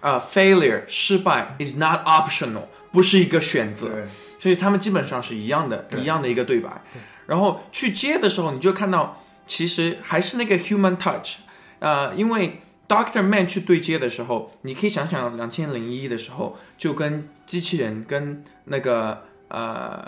S3: 呃、f a i l u r e 失败 is not optional，不是一个选择。
S4: 对
S3: 所以他们基本上是一样的，一样的一个对白。然后去接的时候，你就看到其实还是那个 human touch，呃，因为 Doctor Man 去对接的时候，你可以想想两千零一的时候，就跟机器人跟那个呃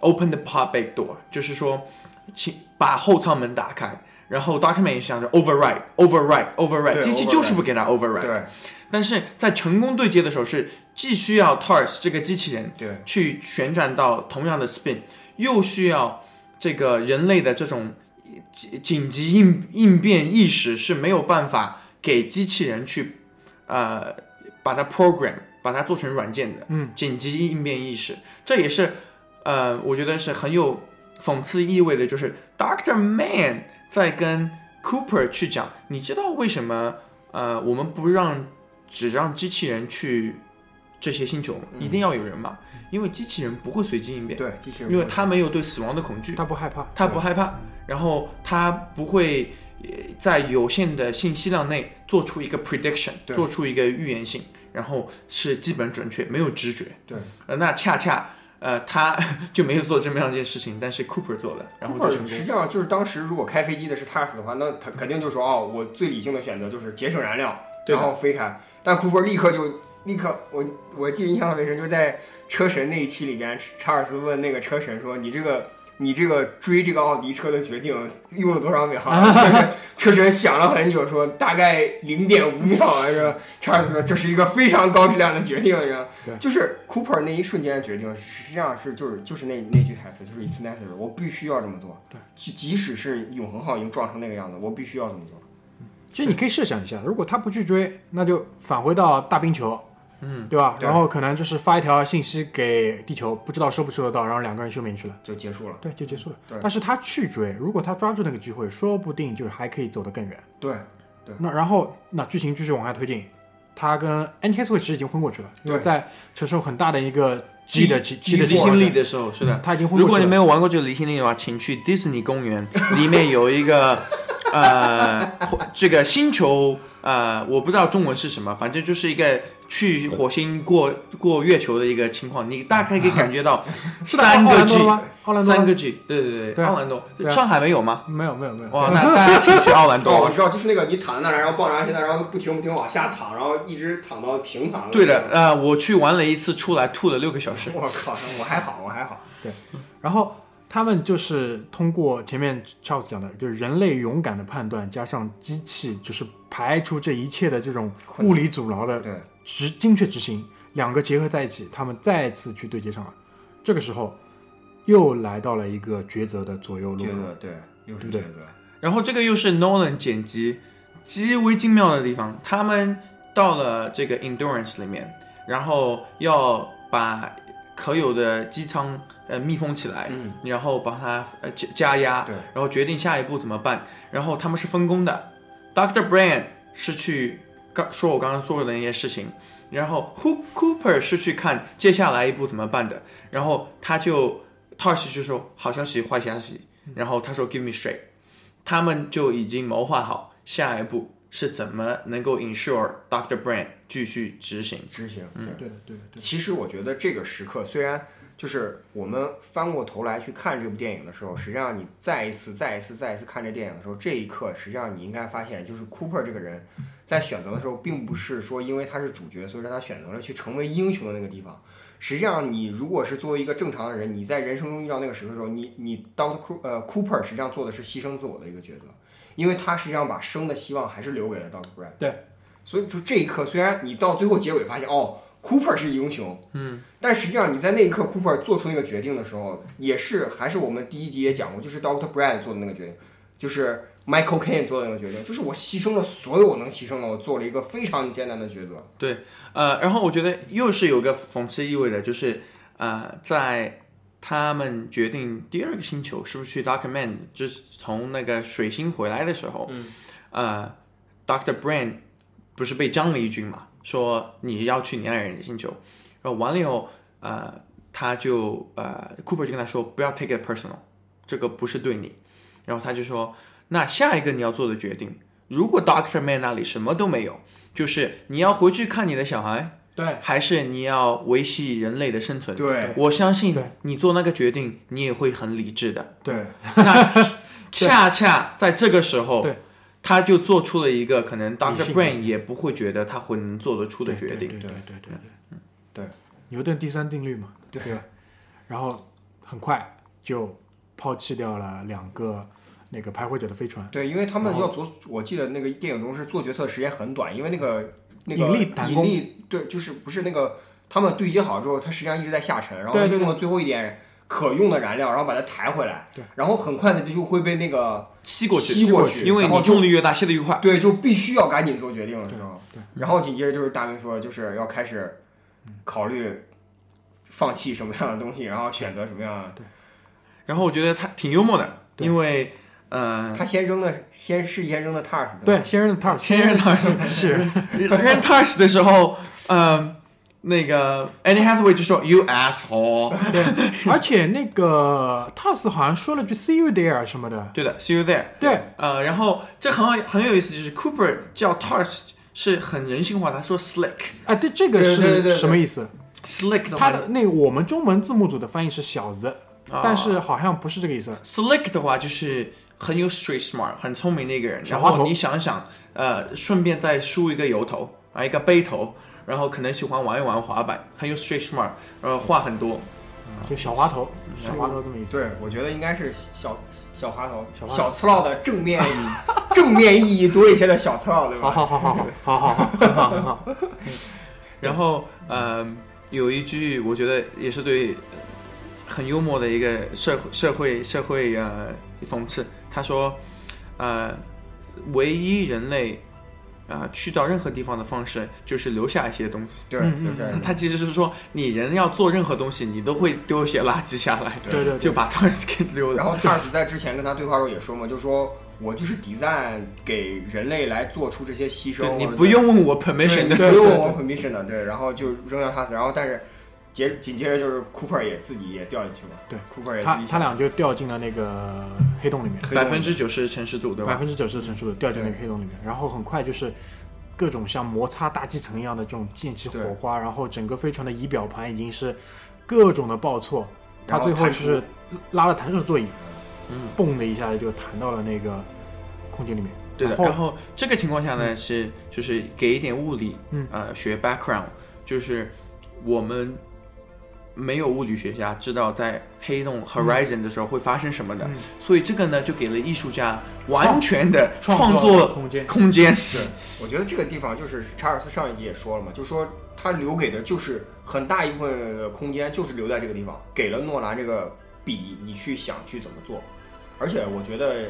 S3: open the pod back door，就是说，请把后舱门打开。然后 Doctor Man 也想着 override override override，
S4: 对
S3: 机器就是不给他 override。
S4: 对
S3: 但是在成功对接的时候，是既需要 Tars 这个机器人
S4: 对
S3: 去旋转到同样的 spin，又需要这个人类的这种紧紧急应应变意识是没有办法给机器人去呃把它 program 把它做成软件的。
S1: 嗯，
S3: 紧急应变意识，这也是呃我觉得是很有讽刺意味的，就是 Doctor Man 在跟 Cooper 去讲，你知道为什么呃我们不让只让机器人去这些星球吗，一定要有人嘛？因为机器人不会随机应变，
S4: 对，机器人
S3: 因为他没有对死亡的恐惧，
S1: 他不害怕，
S3: 他不害怕，然后他不会呃在有限的信息量内做出一个 prediction，
S4: 对
S3: 做出一个预言性，然后是基本准确，没有直觉。
S4: 对
S3: 呃，那恰恰呃他 (laughs) 就没有做这么样一件事情，但是 Cooper 做了，然后就
S4: Cooper
S3: 成
S4: 实际
S3: 功。
S4: 上就是当时如果开飞机的是 Tars 的话，那他肯定就说哦，我最理性的选择就是节省燃料，
S3: 对的
S4: 然后飞开。但 Cooper 立刻就立刻，我我记得印象特别深，就在车神那一期里边，查尔斯问那个车神说：“你这个你这个追这个奥迪车的决定用了多少秒啊？” (laughs) 车神车神想了很久，说大概零点五秒啊。是吧？查尔斯说这是一个非常高质量的决定，你知道吗
S1: 对
S4: 就是 Cooper 那一瞬间的决定，实际上是就是就是那那句台词，就是 “It's necessary”，我必须要这么做。
S1: 对，
S4: 即使是永恒号已经撞成那个样子，我必须要这么做。
S1: 其实你可以设想一下，如果他不去追，那就返回到大冰球，嗯，对吧？
S4: 对
S1: 然后可能就是发一条信息给地球，不知道收不收得到，然后两个人休眠去了，
S4: 就结束了。
S1: 对，就结
S3: 嗯
S1: 束了。
S4: 对
S1: 但是他去追，如果他抓住那个机会，说不定就还可以走得更远。
S4: 对，
S1: 那然后那剧情继续往下推进，他跟 a n d y Hathaway 其实已经昏过去了，因为
S4: 对
S1: 在承受很大的一个 G 的 G G 的
S3: 离
S1: G
S3: 心力的时候，是的。
S1: 他已经昏
S3: 如
S1: 过
S3: 果
S1: 去
S3: 你没
S1: 了。
S3: 有玩过这个离心力的话，请去迪士尼公园，里面有一 (laughs) 个呃，这个星球呃，我不知道中文是什么，反正就是一个去火星过过月球的一个情况，你大概可以感觉到
S1: 是的
S3: (laughs) 三
S1: 奥
S3: 个
S1: 兰多
S3: G，
S1: 了吗？奥兰多
S3: 三
S1: 吗
S3: 个 G，对对对，
S1: 对啊
S3: 奥兰多，
S1: 对啊
S3: 上海没有吗？
S1: 没有没有没有，
S3: 哇，那大家请去奥兰
S4: 哦，
S3: (laughs)
S4: 我
S3: 多。
S4: 知道，就是那个你躺在那儿，然后抱着安全带，然后不停不停往下躺，然后一直躺到平躺。
S3: 对的，，呃，我去玩了一次，出来吐了六个小时。
S4: (laughs) 我靠，我还好，我还好。
S1: 然后他们就是通过前面 Charles 讲的，就是人类勇敢的判断，加上机器就是排除这一切的这种
S4: 困难
S1: 物理阻挠的
S4: 对，
S1: 执精确执行，两个结合在一起，他们再次去对接上了。这个时候，又来到了一个抉择的左右路
S4: 抉。择对，又是
S1: 对
S4: 抉择。
S3: 然后这个又是 Nolan 剪辑极为精妙的地方，他们到了这个 Endurance 里面，然后要把可有的机舱呃密封起来，
S4: 嗯，
S3: 然后把它呃加加压，
S4: 对，
S3: 然后决定下一步怎么办。然后他们是分工的，Dr. Brand 是去刚说我刚刚做的那些事情，然后 Who Cooper 是去看接下来一步怎么办的。然后他就 Tosh 就说好消息坏消息，然后他说 Give me straight，他们就已经谋划好下一步是怎么能够 ensure Dr. Brand 继续执行。
S4: 执行。对
S1: 对的，对的，对的。
S4: 其实我觉得这个时刻，虽然就是我们翻过头来去看这部电影的时候，实际上你再一次、再一次、再一次看这电影的时候，这一刻实际上你应该发现，就是 Cooper 这个人
S1: 嗯
S4: 在选择的时候，并不是说因为他是主角，所以说他选择了去成为英雄的那个地方。实际上，你如果是作为一个正常的人，你在人生中遇到那个时刻的时候，你你当 Coo 呃 Cooper 实际上做的是牺牲自我的一个抉择，因为他实际上把生的希望还是留给了 Dr. Brand。
S1: 对，
S4: 所以就这一刻，虽然你到最后结尾发现哦，Cooper 是英雄，
S1: 嗯
S4: 但实际上，你在那一刻，Cooper 做出那个决定的时候，也是还是我们第一集也讲过，就是 Doctor Brad 做的那个决定，就是 Michael Caine 做的那个决定，就是我牺牲了所有我能牺牲的，我做了一个非常艰难的抉择。
S3: 呃，然后我觉得又是有个讽刺意味的，就是呃，在他们决定第二个星球是不是去 Dark Man，就是从那个水星回来的时候，嗯，呃，Doctor Brand 不是被张力一军嘛，说你要去你爱人的星球，然后完了以后，呃，他就呃，Cooper 就跟他说不要 take it personal，这个不是对你，然后他就说，那下一个你要做的决定，如果 Doctor Man 那里什么都没有。就是你要回去看你的小孩，
S1: 对，
S3: 还是你要维系人类的生存？
S4: 对
S3: 我相信
S1: 对
S3: 你做那个决定，你也会很理智的。 (laughs)
S4: (laughs) 对，
S3: 恰恰在这个时候
S1: 对，
S3: 他就做出了一个可能
S1: 理
S3: Doctor
S1: 性的
S3: Brain 也不会觉得他会能做得出的决定。
S1: 对对对对
S4: 对，
S1: 牛顿第三定律嘛，对吧？然后很快就抛弃掉了两个那个徘徊者的飞船，
S4: 对，因为他们要做，我记得那个电影中是做决策时间很短，因为那个那个
S1: 引力弹
S4: 引
S1: 弓
S4: 力对，就是不是那个他们对接好之后，它实际上一直在下沉，然后
S1: 对对
S4: 用了最后一点可用的燃料，然后把它抬回来，
S1: 对，
S4: 然后很快的就会被那个
S3: 吸过去，
S4: 吸过去
S3: 因为
S4: 然后
S3: 你
S4: 就
S3: 重力越大，吸得越快。
S4: 对，就必须要赶紧做决定了，是吧？
S1: 对
S4: 然后紧接着就是大明说，就是要开始考虑放弃什么样的东西，然后选择什么样的。
S3: 然后我觉得他挺幽默的，
S1: 对
S3: 因为
S4: (laughs)
S3: 呃，
S4: 他先扔的，先是先扔的 Tars，吧
S1: 对，仙人的塔尔，
S3: 天人 Tars
S1: 是
S3: 天 Tars 的时候，嗯，那个 Annie Hathaway 就说 “You asshole”，
S1: 对， (laughs) 而且那个 TAS 好像说了句 “See you there” 什么的，
S3: 对的，See you there。
S1: 对，
S3: 呃，然后这很好很有意思，就是 Cooper 叫 Tars 是很人性化的，他说 slick
S1: 啊，对，这个
S4: 对对对
S1: 是
S4: 对
S1: 什么意思？
S3: slick 的话，
S1: 他的那个我们中文字幕组的翻译是小子，
S3: 啊
S1: 但是好像不是这个意思。
S3: slick 的话就是很有 street smart，很聪明的一个人。
S1: 小
S3: 然
S1: 滑头
S3: 后你想想，呃，顺便再梳一个油头啊，一个背头，然后可能喜欢玩一玩滑板，很有 street smart，呃，话很多。
S1: 就小滑头，
S4: 是
S1: 小滑头这么意思。
S4: 对，我觉得应该是小小滑头、
S1: 小滑头
S4: 小刺佬的正面意义， (laughs) 正面意义多一些的小刺佬，对
S1: 好
S4: 吧？
S1: 好好好好好好好好好，
S3: 然后，呃，有一句我觉得也是对呃很幽默的一个社会社会社会呃讽刺。他说，呃，唯一人类啊、呃去到任何地方的方式就是留下一些东西。
S4: 对，
S1: 嗯嗯
S4: 留下来
S3: (laughs) 他其实是说，你人要做任何东西，你都会丢一些垃圾下来，
S1: 对对对
S3: 就把 (laughs) t a r s 给
S4: (laughs)
S3: 丢
S4: 然
S3: 了。
S4: 后 Tars 在之前跟他对话的时候也说嘛，就说我就是 design 给人类来做出这些牺牲，
S3: 对你
S4: 或者
S3: 不用问我
S4: 对
S3: permission 的，
S4: 对，不用我 permission 的，对，然后就扔掉他死，然后但是接紧接着就是 Cooper 也自己也掉进去嘛，
S1: 对
S4: ，Cooper 也自
S1: 他
S4: 己
S1: 他俩就掉进了那个黑洞里面，
S3: 百分之九十城市度，对
S1: 百
S3: 吧？
S1: 分之九十的成速的掉进那个黑洞里面，然后很快就是各种像摩擦大气层一样的这种溅起火花，然后整个飞船的仪表盘已经是各种的报错，他
S4: 然后
S1: 最后就
S4: 弹出
S1: 是拉了弹射座椅，
S3: 嗯，
S1: 嘣的一下就弹到了那个空间里面，
S3: 对的。
S1: 然后
S3: 然后这个情况下呢，是就是给一点物理，
S1: 嗯，
S3: 呃，学 background，就是我们没有物理学家知道在黑洞 horizon 的时候会发生什么的，
S1: 嗯
S3: 所以这个呢就给了艺术家完全的
S1: 创
S3: 创
S1: 作
S3: 作
S1: 空间，
S3: 空间。
S4: 我觉得这个地方就是查尔斯上一集也说了嘛，就说他留给的就是很大一部分的空间，就是留在这个地方，给了诺兰这个笔，你去想去怎么做。而且我觉得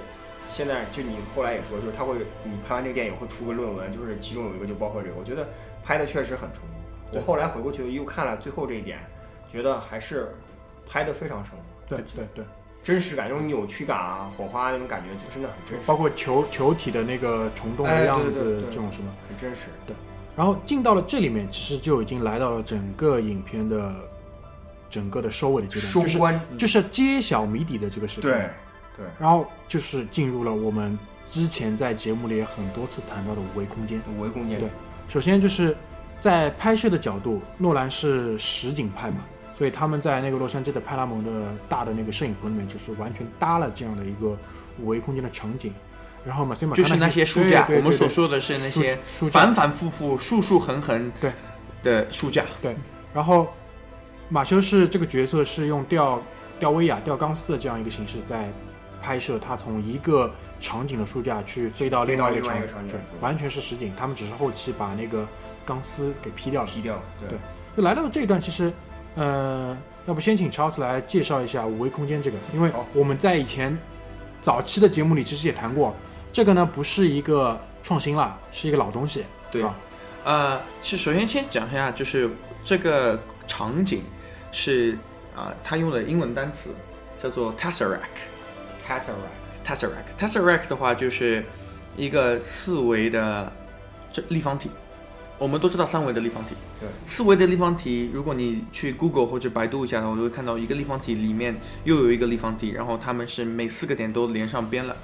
S4: 现在就你后来也说，就是他会，你拍完这个电影会出个论文，就是其中有一个就包括这个，我觉得拍的确实很成功。我后来回过去又看了最后这一点，觉得还是拍的非常成功，
S1: 对对对，
S4: 真实感、那种扭曲感啊、火花那种感觉，就真的很真实，
S1: 包括球球体的那个虫洞的
S4: 哎对
S1: 样
S4: 对
S1: 子
S4: 对对
S1: 这种什么。
S4: 很真实。
S1: 然后进到了这里面，其实就已经来到了整个影片的整个的收尾的阶
S4: 收
S1: 段，就是
S4: 官，
S3: 嗯
S1: 就是揭晓谜底的这个时刻。
S4: 对，对，
S1: 然后就是进入了我们之前在节目里也很多次谈到的五维空间。
S4: 围攻建
S1: 对首先就是在拍摄的角度，诺兰是实景拍嘛，所以他们在那个洛杉矶的派拉蒙的大的那个摄影棚里面，就是完全搭了这样的一个五维空间的场景。然后马赛马
S3: 就是那些书架，
S1: 对对对
S3: 我们所说的是那
S1: 书
S3: 些
S1: 书架
S3: 反反复复、数数横横
S1: 对
S3: 的书架，
S1: 然后马修是这个角色是用吊吊威亚、吊钢丝的这样一个形式在拍摄，他从一个场景的书架去飞到
S4: 飞
S1: 另
S4: 到
S1: 外一个
S4: 另外
S1: 场
S4: 一个场景
S1: 对
S4: 对
S1: 完全是实景，他们只是后期把那个钢丝给 P 掉了。
S4: 踢掉，对
S1: 对就来到这一段，其实，呃，要不先请 Charles 来介绍一下五维空间这个，因为
S4: 好
S1: 我们在以前早期的节目里其实也谈过，这个呢不是一个创新啦，是一个老东西，
S3: 对
S1: 吧？
S3: 呃，是首先先讲一下，就是这个场景是啊、呃他用的英文单词叫做 tesseract，tesseract，tesseract
S4: ，Tesseract，
S3: tesseract 的话就是一个四维的这立方体。我们都知道三维的立方体，
S4: 对，
S3: 四维的立方体，如果你去 Google 或者百度一下的话，我就会看到一个立方体里面又有一个立方体，然后它们是每四个点都连上边了，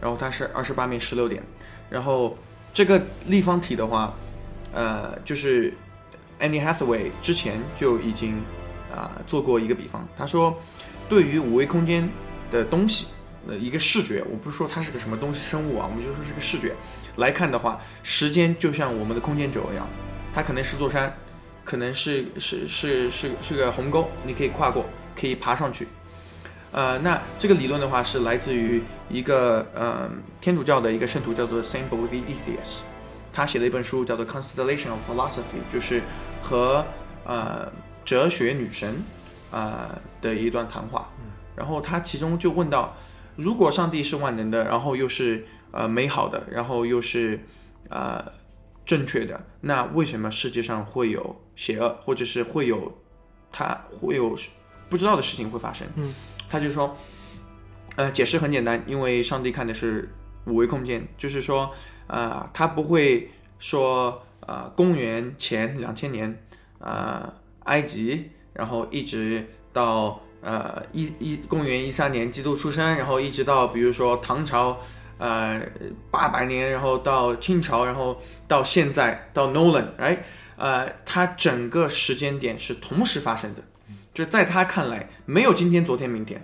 S3: 然后它是二十八面十六点，然后这个立方体的话，呃，就是 Annie Hathaway 之前就已经啊、做过一个比方，他说对于五维空间的东西呃一个视觉，我不是说它是个什么东西生物啊，我们就说是个视觉来看的话，时间就像我们的空间轴一样，它可能是座山，可能是是是是是个鸿沟，你可以跨过，可以爬上去。呃，那这个理论的话是来自于一个呃天主教的一个圣徒叫做 Saint Boethius，他写了一本书叫做《Constellation of Philosophy》，就是和呃哲学女神呃的一段谈话。然后他其中就问到，如果上帝是万能的，然后又是呃美好的，然后又是呃正确的，那为什么世界上会有邪恶，或者是会有他会有不知道的事情会发生？
S1: 嗯，
S3: 他就说，呃，解释很简单，因为上帝看的是五维空间，就是说，呃，他不会说，呃，公元前两千年，呃，埃及，然后一直到呃一一公元一三年基督出生，然后一直到比如说唐朝，呃八百年，然后到清朝，然后到现在到 Nolan，哎，呃，它整个时间点是同时发生的，就在他看来，没有今天、昨天、明天，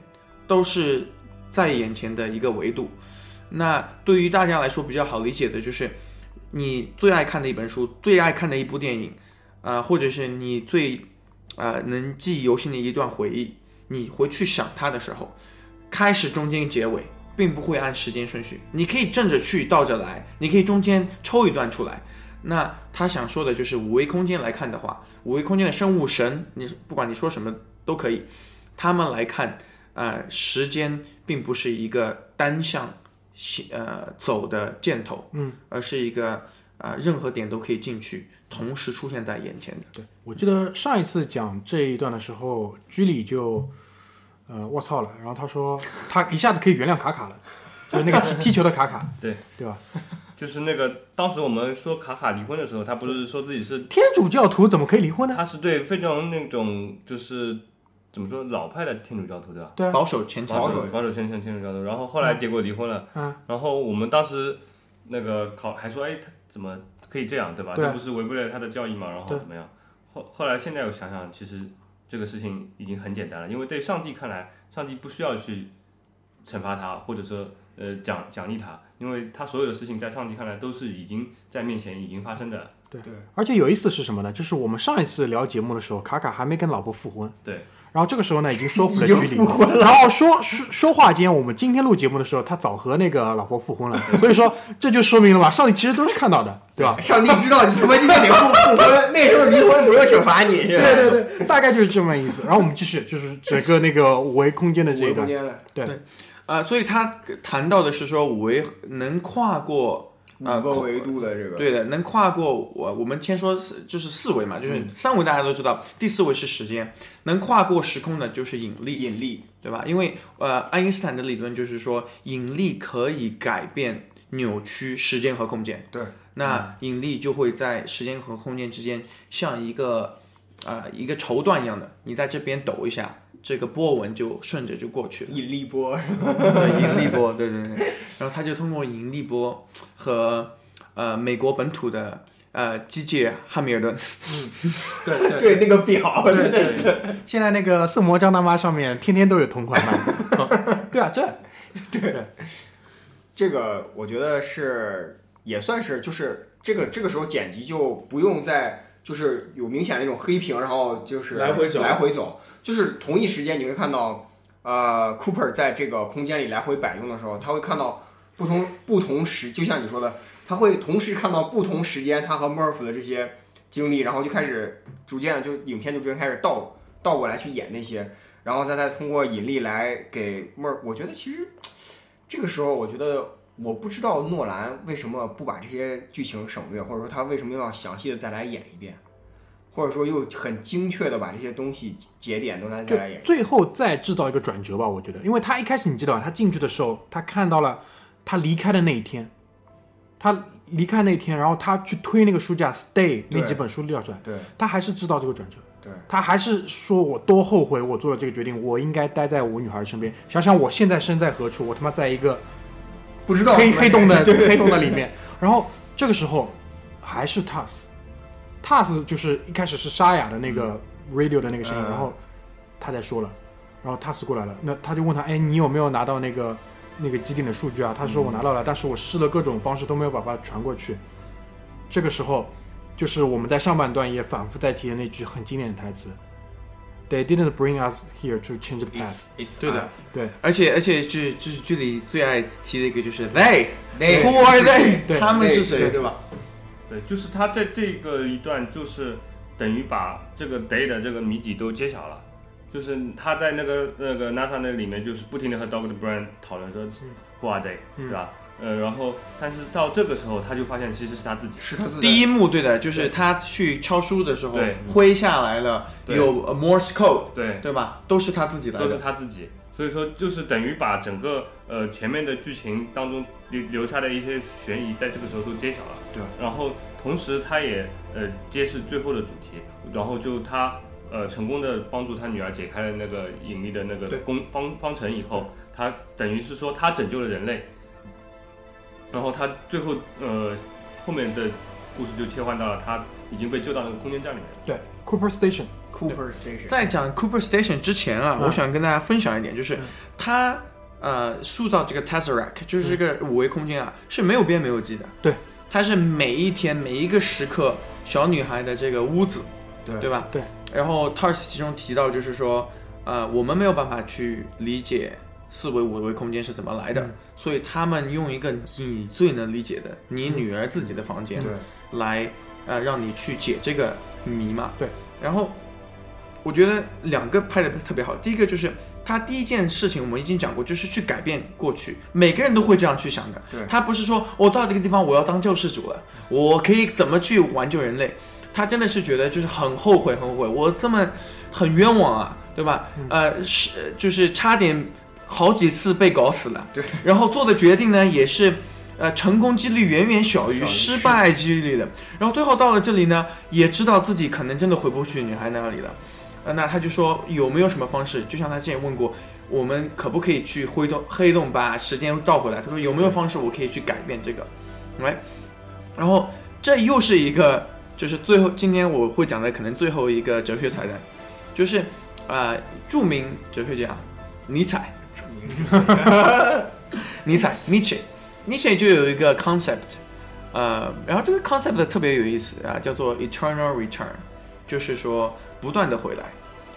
S3: 都是在眼前的一个维度。那对于大家来说比较好理解的就是，你最爱看的一本书、最爱看的一部电影，呃，或者是你最呃能记忆犹新的一段回忆，你回去想它的时候，开始、中间、结尾，并不会按时间顺序。你可以正着去，倒着来，你可以中间抽一段出来。那他想说的就是五维空间来看的话，五维空间的生物神，你不管你说什么都可以，他们来看，呃，时间并不是一个单向呃走的箭头，嗯，而是一个呃任何点都可以进去，同时出现在眼前的。
S1: 对，我记得上一次讲这一段的时候， (laughs) 居里就，呃，我操了，然后他说他一下子可以原谅卡卡了， (laughs) 就是那个踢踢球的卡卡，
S2: 对
S1: 对吧？
S2: 就是那个当时我们说卡卡离婚的时候，他不是说自己是，
S1: 天主教徒怎么可以离婚呢？
S2: 他是对非常那种就是怎么说老派的天主教徒对吧？
S1: 对啊，
S3: 保守前
S2: 保
S3: 朝
S4: 保
S2: 守
S4: 守
S2: 保守先生天主教徒，然后后来结果离婚了，
S1: 嗯，
S2: 然后我们当时那个考还说，哎，他怎么可以这样，对吧？
S1: 对啊
S2: 这不是违背了他的教义嘛？然后
S1: 对
S2: 怎么样？后后来现在我想想，其实这个事情已经很简单了，因为对上帝看来，上帝不需要去惩罚他，或者说呃奖奖励他，因为他所有的事情在上帝看来都是已经在面前已经发生的了。
S4: 对，
S1: 而且有意思是什么呢？就是我们上一次聊节目的时候，卡卡还没跟老婆复婚。
S2: 对。
S1: 然后这个时候呢，已经说服了居里。然后说说说话间，我们今天录节目的时候，他早和那个老婆复婚了。所以说，这就说明了吧，上帝其实都是看到的，对吧？
S4: 上帝知道你他妈今天得复复婚，那时候离 (laughs) 婚不用惩罚你，是吧
S1: 对对对，大概就是这么意思。然后我们继续，就是整个那个五维空间的这一
S4: 我中
S1: 段，
S4: 间了
S3: 啊、所以他谈到的是说五维能跨过啊、呃
S4: 五个维度的这个，
S3: 对的，能跨过我我们先说四就是四维嘛，
S4: 嗯
S3: 就是三维大家都知道，第四维是时间，能跨过时空的就是引力，
S4: 引力，
S3: 对吧？因为呃，爱因斯坦的理论就是说，引力可以改变扭曲时间和空间。
S4: 对，
S3: 那引力就会在时间和空间之间像一个呃一个绸缎一样的，你在这边抖一下，这个波纹就顺着就过去了。
S4: 引力波，
S3: 对，引力波， (laughs) 对对对。然后他就通过引力波和呃美国本土的呃机械汉密尔顿，
S4: 对那个表，真的是
S1: 现在那个色魔张大妈上面天天都有同款 (laughs) 版。对啊，这
S4: 这个我觉得是也算是就是这个这个时候剪辑就不用再就是有明显的那种黑屏，然后就是
S3: 来回走
S4: 来回走，就是同一时间你会看到呃 Cooper 在这个空间里来回摆动的时候，他会看到不同不同时，就像你说的，他会同时看到不同时间他和 Murph 的这些经历，然后就开始逐渐地就影片就逐渐开始倒倒过来去演那些。然后他再通过引力来给 Murph，我觉得其实这个时候，我觉得我不知道诺兰为什么不把这些剧情省略，或者说他为什么要详细的再来演一遍，或者说又很精确的把这些东西节点都来再
S1: 就
S4: 来演。
S1: 最后再制造一个转折吧，我觉得，因为他一开始你知道，他进去的时候，他看到了他离开的那一天，他离开那一天，然后他去推那个书架，Stay 那
S4: 对
S1: 几本书撂出来，
S4: 对
S1: 他还是制造这个转折，
S4: 对
S1: 他还是说我多后悔我做了这个决定，我应该待在我女孩身边，想想我现在身在何处，我他妈在一个
S4: 不知道
S1: 黑黑洞的 (laughs)
S4: 对
S1: 黑洞的里面。然后这个时候还是 Tas，Tas 就是一开始是沙哑的那个 radio 的那个声音，
S4: 嗯
S1: 然后他在说了，然后 Tas 过来了，那他就问他，哎，你有没有拿到那个那个机顶的数据啊？他说我
S4: 嗯
S1: 拿到了，但是我试了各种方式都没有把它传过去。这个时候就是我们在上半段也反复在提的那句很经典的台词。They didn't bring us here to change the past。
S4: ，it's it's
S3: 对的
S4: us
S1: 对，
S3: 而且而且是就是剧里最爱提的一个就是 they。
S4: They-
S3: Who are they？
S1: 对
S3: 他们是
S4: They-
S3: 谁，对吧？
S2: 对，就是他在这个一段就是等于把这个 day 的这个谜底都揭晓了，就是他在那个那个 NASA 那里面就是不停的和 Doctor Brown 讨论说 Who are they，、
S1: 嗯
S2: 对吧？呃，然后但是到这个时候他就发现其实是他自己，
S4: 是他自己的
S3: 第一幕对的，就是他去抄书的时候
S2: 对
S3: 挥下来了，
S2: 对
S3: 有呃 Morse code，
S2: 对，
S3: 对吧？都是他自己来
S2: 都是
S3: 的。
S2: 他自己。所以说，就是等于把整个呃前面的剧情当中留留下的一些悬疑，在这个时候都揭晓了。
S4: 对。
S2: 然后同时，他也呃揭示最后的主题，然后就他呃成功的帮助他女儿解开了那个引力的那个
S1: 对
S2: 工方方程以后，他等于是说他拯救了人类。然后他最后呃后面的故事就切换到了他已经被救到那个空间站里面了。
S1: 对，Cooper Station。
S4: Cooper Station，
S3: 在讲 Cooper Station 之前啊，
S1: 嗯
S3: 我想跟大家分享一点，就是
S1: 嗯
S3: 他呃塑造这个 Tesseract，就是这个五维空间啊，是没有边没有际的。
S1: 对，
S3: 它是每一天每一个时刻，小女孩的这个屋子，
S4: 对
S3: 对吧？
S1: 对。
S3: 然后 Tars 其中提到就是说，呃，我们没有办法去理解四维五维空间是怎么来的，
S1: 嗯
S3: 所以他们用一个你最能理解的，你女儿自己的房间
S4: 对，
S3: 来，呃，让你去解这个谜嘛。
S1: 对。
S3: 然后我觉得两个拍的特别好，第一个就是。他第一件事情我们已经讲过，就是去改变过去，每个人都会这样去想的。
S4: 对
S3: 他不是说我到这个地方我要当救世主了，我可以怎么去挽救人类，他真的是觉得就是很后悔，嗯呃很后悔，我这么很冤枉啊，对吧？呃，是就是差点好几次被搞死 (laughs) 了。
S4: 对，
S3: 然后做的决定呢也是，呃，成功几率远远小于
S4: 小于
S3: 失败几率的。然后最后到了这里呢，也知道自己可能真的回不去女孩那里了。呃，那他就说有没有什么方式？就像他之前问过，我们可不可以去灰洞黑洞把时间倒回来？他说有没有方式我可以去改变这个？来，然后这又是一个，就是最后今天我会讲的可能最后一个哲学彩蛋，就是呃，著名哲学家尼采，尼采 Nietzsche Nietzsche 就有一个 concept，呃，然后这个 concept 特别有意思啊，叫做 eternal return，就是说不断的回来，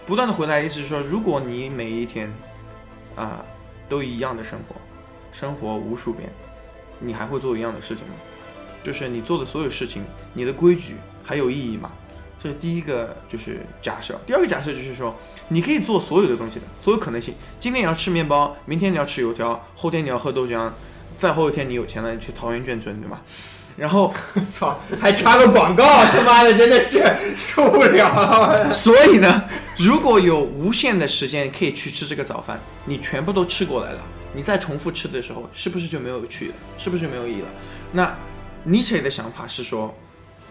S3: 不断的回来，意思是说，如果你每一天啊、都一样的生活，生活无数遍，你还会做一样的事情吗？就是你做的所有事情，你的规矩还有意义吗？这是第一个就是假设，第二个假设就是说，你可以做所有的东西的，所有可能性。今天你要吃面包，明天你要吃油条，后天你要喝豆浆，再后天你有钱了，你去桃园眷村，对吧？然后，
S4: 操，还插个广告，他妈的真的是受不了了。
S3: (laughs) 所以呢，如果有无限的时间可以去吃这个早饭，你全部都吃过来了，你再重复吃的时候，是不是就没有趣了？是不是就没有意义了？那尼采的想法是说，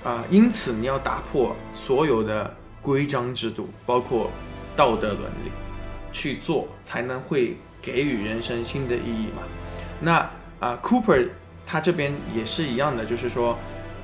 S3: 啊、因此你要打破所有的规章制度，包括道德伦理，去做，才能会给予人生新的意义嘛。那啊、c o o p e r 他这边也是一样的，就是说，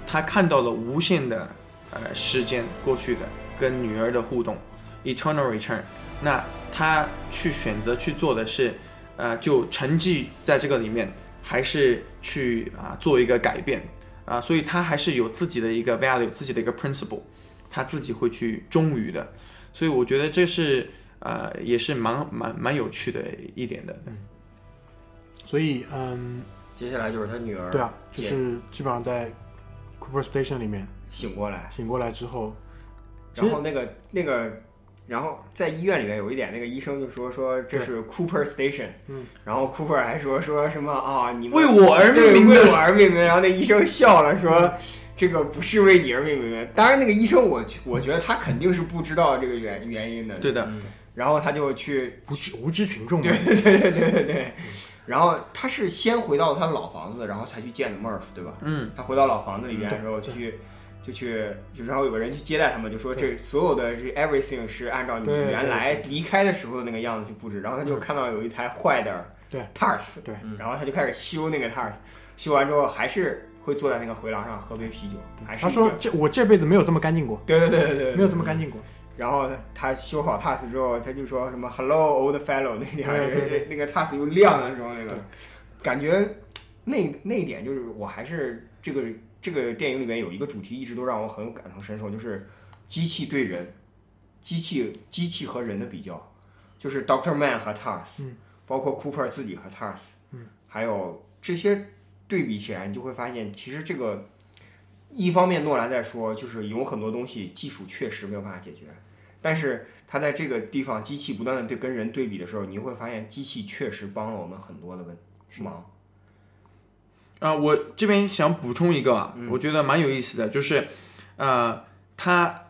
S3: 他看到了无限的呃时间过去的跟女儿的互动，eternal return。那他去选择去做的是，呃，就沉寂在这个里面，还是去啊、做一个改变啊、所以他还是有自己的一个 value，自己的一个 principle，他自己会去忠于的。所以我觉得这是呃也是蛮蛮蛮有趣的一点的。
S1: 所以，嗯，
S4: 接下来就是他女儿，
S1: 对啊，就是基本上在 Cooper Station 里面
S4: 醒过来，
S1: 醒过来之后，其
S4: 然
S1: 实
S4: 后那个那个，然后在医院里面有一点，那个医生就说说这是 Cooper Station，
S1: 嗯，
S4: 然后 Cooper 还说说什么啊，你们
S3: 为我而
S4: 对
S3: 命名
S4: 为
S3: 的
S4: 我而命名，然后那医生笑了说。这个不是为你而命名的，当然那个医生我我觉得他肯定是不知道这个原原因的，
S3: 对的，
S4: 然后他就去
S1: 无知无知群众嘛，
S4: 对对对对对对。 (laughs) 然后他是先回到他的老房子，然后才去见的 Murph，对吧？
S3: 嗯，
S4: 他回到老房子里边
S1: 对
S4: 的时候，就去就去就然后有个人去接待他们，就说这所有的这 everything 是按照你
S1: 对对
S4: 原来离开的时候的那个样子去布置。然后他就看到有一台坏的
S1: 对
S4: TARS，
S1: 对
S4: 然后他就开始修那个 TARS，修完之后还是会坐在那个回廊上喝杯啤酒，还是
S1: 他说
S4: 一个
S1: 这我这辈子没有这么干净过，
S4: 对对对对对，
S1: 没有这么干净过。
S4: 然后他修好 TAS 之后，他就说什么 “Hello old fellow” 那点
S1: 对对
S4: 儿，那个 TAS 又亮了之后，那个感觉那那一点就是，我还是这个这个电影里面有一个主题一直都让我很感同身受，就是机器对人，机器机器和人的比较，就是 Doctor Man 和 TAS，、
S1: 嗯
S4: 包括 Cooper 自己和 TAS，、
S1: 嗯、
S4: 还有这些对比起来，你就会发现其实这个。一方面，诺兰在说，就是有很多东西技术确实没有办法解决，但是它在这个地方，机器不断的对跟人对比的时候，你会发现机器确实帮了我们很多的问忙。
S3: 啊，我这边想补充一个啊，我觉得蛮有意思的，就是，呃，他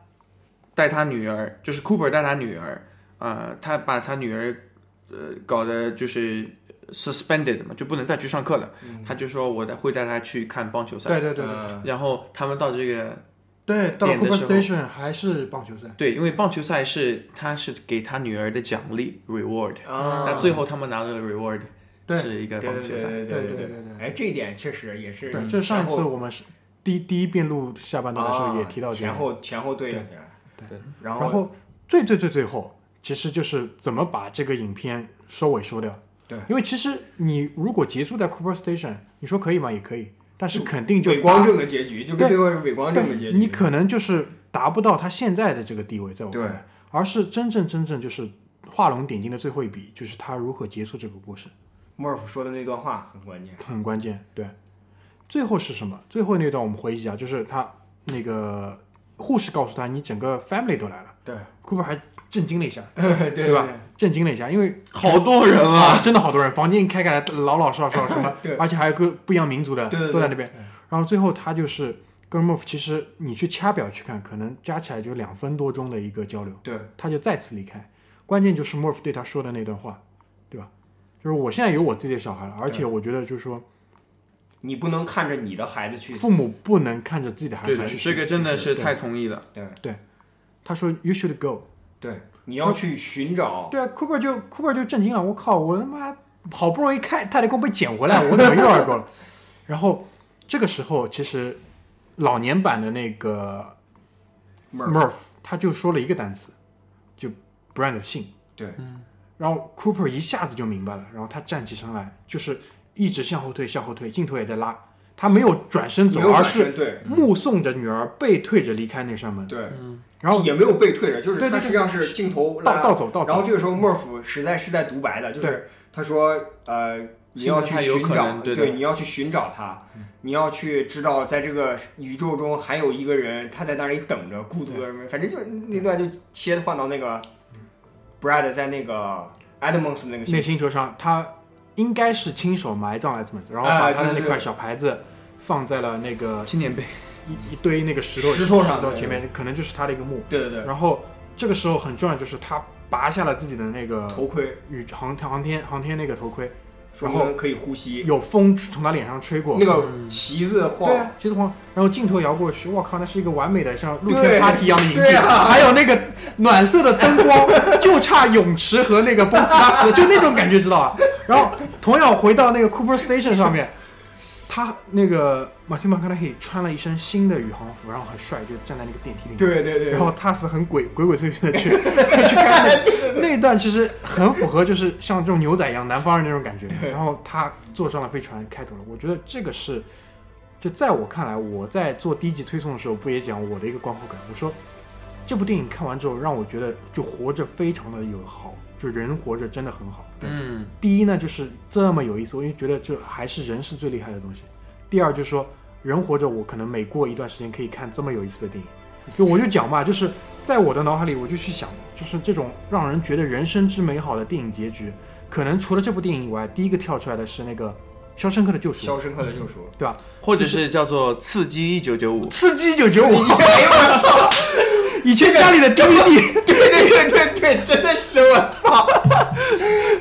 S3: 带他女儿，就是 Cooper 带他女儿，呃，他把他女儿，呃，搞得就是 suspended 嘛，就不能再去上课了。他就说我带会带他去看棒球赛，
S1: 对对对
S4: 嗯
S3: 然后他们到这个
S1: 对，到了
S3: 点的
S1: Cooper
S3: 时候
S1: Station 还是棒球赛，
S3: 对，因为棒球赛是他是给他女儿的奖励 reward，、
S4: 啊，
S3: 那最后他们拿到的 reward
S1: 对
S3: 是一个
S4: 对
S3: 棒
S4: 对
S3: 球赛。
S1: 对
S4: 对对对
S1: 对对对
S4: 哎，这一点确实也是。
S1: 对，这上一次
S4: 前后
S1: 我们是第第一遍录下半段的时候也提到
S4: 啊
S1: 这个
S4: 前，后前后对应起来，
S2: 对，
S4: 然
S1: 然后最最最最后，其实就是怎么把这个影片收尾收掉。
S4: 对，
S1: 因为其实你如果结束在 Cooper Station，你说可以吗？也可以，但是肯定就
S4: 伪光正的结局，就跟最后是伪光正的结
S1: 对
S4: 局。
S1: 你可能就是达不到他现在的这个地位，在我看
S4: 对
S1: 来，而是真正真正就是画龙点睛的最后一笔，就是他如何结束这个故事，
S4: 莫尔夫说的那段话很关
S1: (laughs)
S4: 键。
S1: 很关键。对，最后是什么？最后那段我们回忆一下，就是他那个护士告诉他，你整个 family 都来了
S4: 对，
S1: ，Cooper 还震惊了一下，
S4: 对
S1: 对吧？？震惊了一下，因为
S3: 好多人啊！
S1: 啊，真的好多人，房间一开开来，老老少少什么
S4: (laughs) 对，
S1: 而且还有各不一样民族的
S4: 对对对
S1: 都在那边。然后最后他就是跟 Move，其实你去掐表去看，可能加起来就两分多钟的一个交流，
S4: 对，
S1: 他就再次离开。关键就是 Move 对他说的那段话，对吧？就是我现在有我自己的小孩了，而且我觉得就是说，
S4: 你不能看着你的孩子去，
S1: 父母不能看着自己的孩
S3: 对
S1: 子
S3: 的，
S1: 去
S3: 这
S1: 学。
S3: 个真的是
S1: 对
S3: 太同意了。
S1: 他说 “You should go”，
S4: 对，你
S1: 嗯
S4: 要去寻找。
S1: 对啊，Cooper 就 Cooper 就震惊了，我靠，我他妈好不容易开泰太公被捡回来，我怎么又二狗了？然后这个时候，其实老年版的那个
S4: Murph
S1: Murph 他就说了一个单词，就 brand 的姓。
S4: 对，
S1: 然后 Cooper 一下子就明白了，然后他站起身来，就是一直向后退，向后退，镜头也在拉，他没有转身走
S4: 没，有
S1: 而
S4: 转
S1: 是
S4: 身，对
S1: 目送着女儿背退着离开那扇门，
S4: 对，
S1: 然后
S4: 也没有背退着，就是
S1: 对对
S4: 他
S1: 对
S4: 实际上是镜头
S1: 倒
S4: 拉
S1: 倒走倒
S4: 然后
S1: 走。
S4: 这个时候，莫夫实在是在独白的，就是他说，呃，你要去
S3: 现在他有
S4: 寻
S3: 可
S4: 找，
S3: 能
S4: 对
S3: 对的
S4: 你要去寻找他，
S1: 嗯
S4: 你要去知道，在这个宇宙中还有一个人，他在那里等着，孤独的人们，反正就那段就切换到那个 Brad 在那个 Edmonds 那个
S1: 那
S4: 星，
S1: 星球上，他应该是亲手埋葬了 Edmund，然后
S4: 哎
S1: 把
S4: 对
S1: 他的那
S4: 对
S1: 块
S4: 对
S1: 小牌子放在了那个
S3: 纪念碑，
S1: 一一堆那个石头
S4: 石头上
S1: 前面，可能就是他的一个墓。
S4: 对对对，
S1: 然后这个时候很重要，就是他拔下了自己的那个
S4: 头盔，
S1: 宇航航天航天那个头盔，
S4: 说
S1: 然后
S4: 明可以呼吸，
S1: 有风从他脸上吹过，
S4: 那个旗子
S1: 对
S4: 晃，
S1: 啊，接着晃，然后镜头摇过去，我靠，那是一个完美的像露
S4: 对
S1: 天 party 一样的营
S4: 对
S1: 地，
S4: 啊
S1: 还有那个暖色的灯光， (laughs) 就差泳池和那个蹦哧拉池，就那种感觉，知道吧？然后同样回到那个 Cooper Station 上面，他那个马西马卡纳黑穿了一身新的宇航服，然后很帅，就站在那个电梯里面。
S4: 对对对，
S1: 然后他是很鬼鬼鬼祟
S4: (laughs)
S1: 祟的去去看那那一段，其实很符合就是像这种牛仔一样南方人那种感觉。然后他坐上了飞船，开走了。我觉得这个是，就在我看来，我在做第一集推送的时候，不也讲我的一个观后感？我说这部电影看完之后，让我觉得就活着非常的有好，就人活着真的很好。
S3: 嗯，
S1: 第一呢，就是这么有意思，我就觉得这还是人是最厉害的东西。第二就是说，人活着，我可能每过一段时间可以看这么有意思的电影。就我就讲嘛，就是在我的脑海里，我就去想，就是这种让人觉得人生之美好的电影结局，可能除了这部电影以外，第一个跳出来的是那个《肖申克的救赎》，
S4: 肖申克的救赎，
S1: 对吧？
S3: 或者是叫做刺激一九九五，
S1: 刺激一九九五，
S4: (laughs) 哎呦我操！
S1: 以前家里的 DVD，
S4: 对对对对对，真的是我操！哎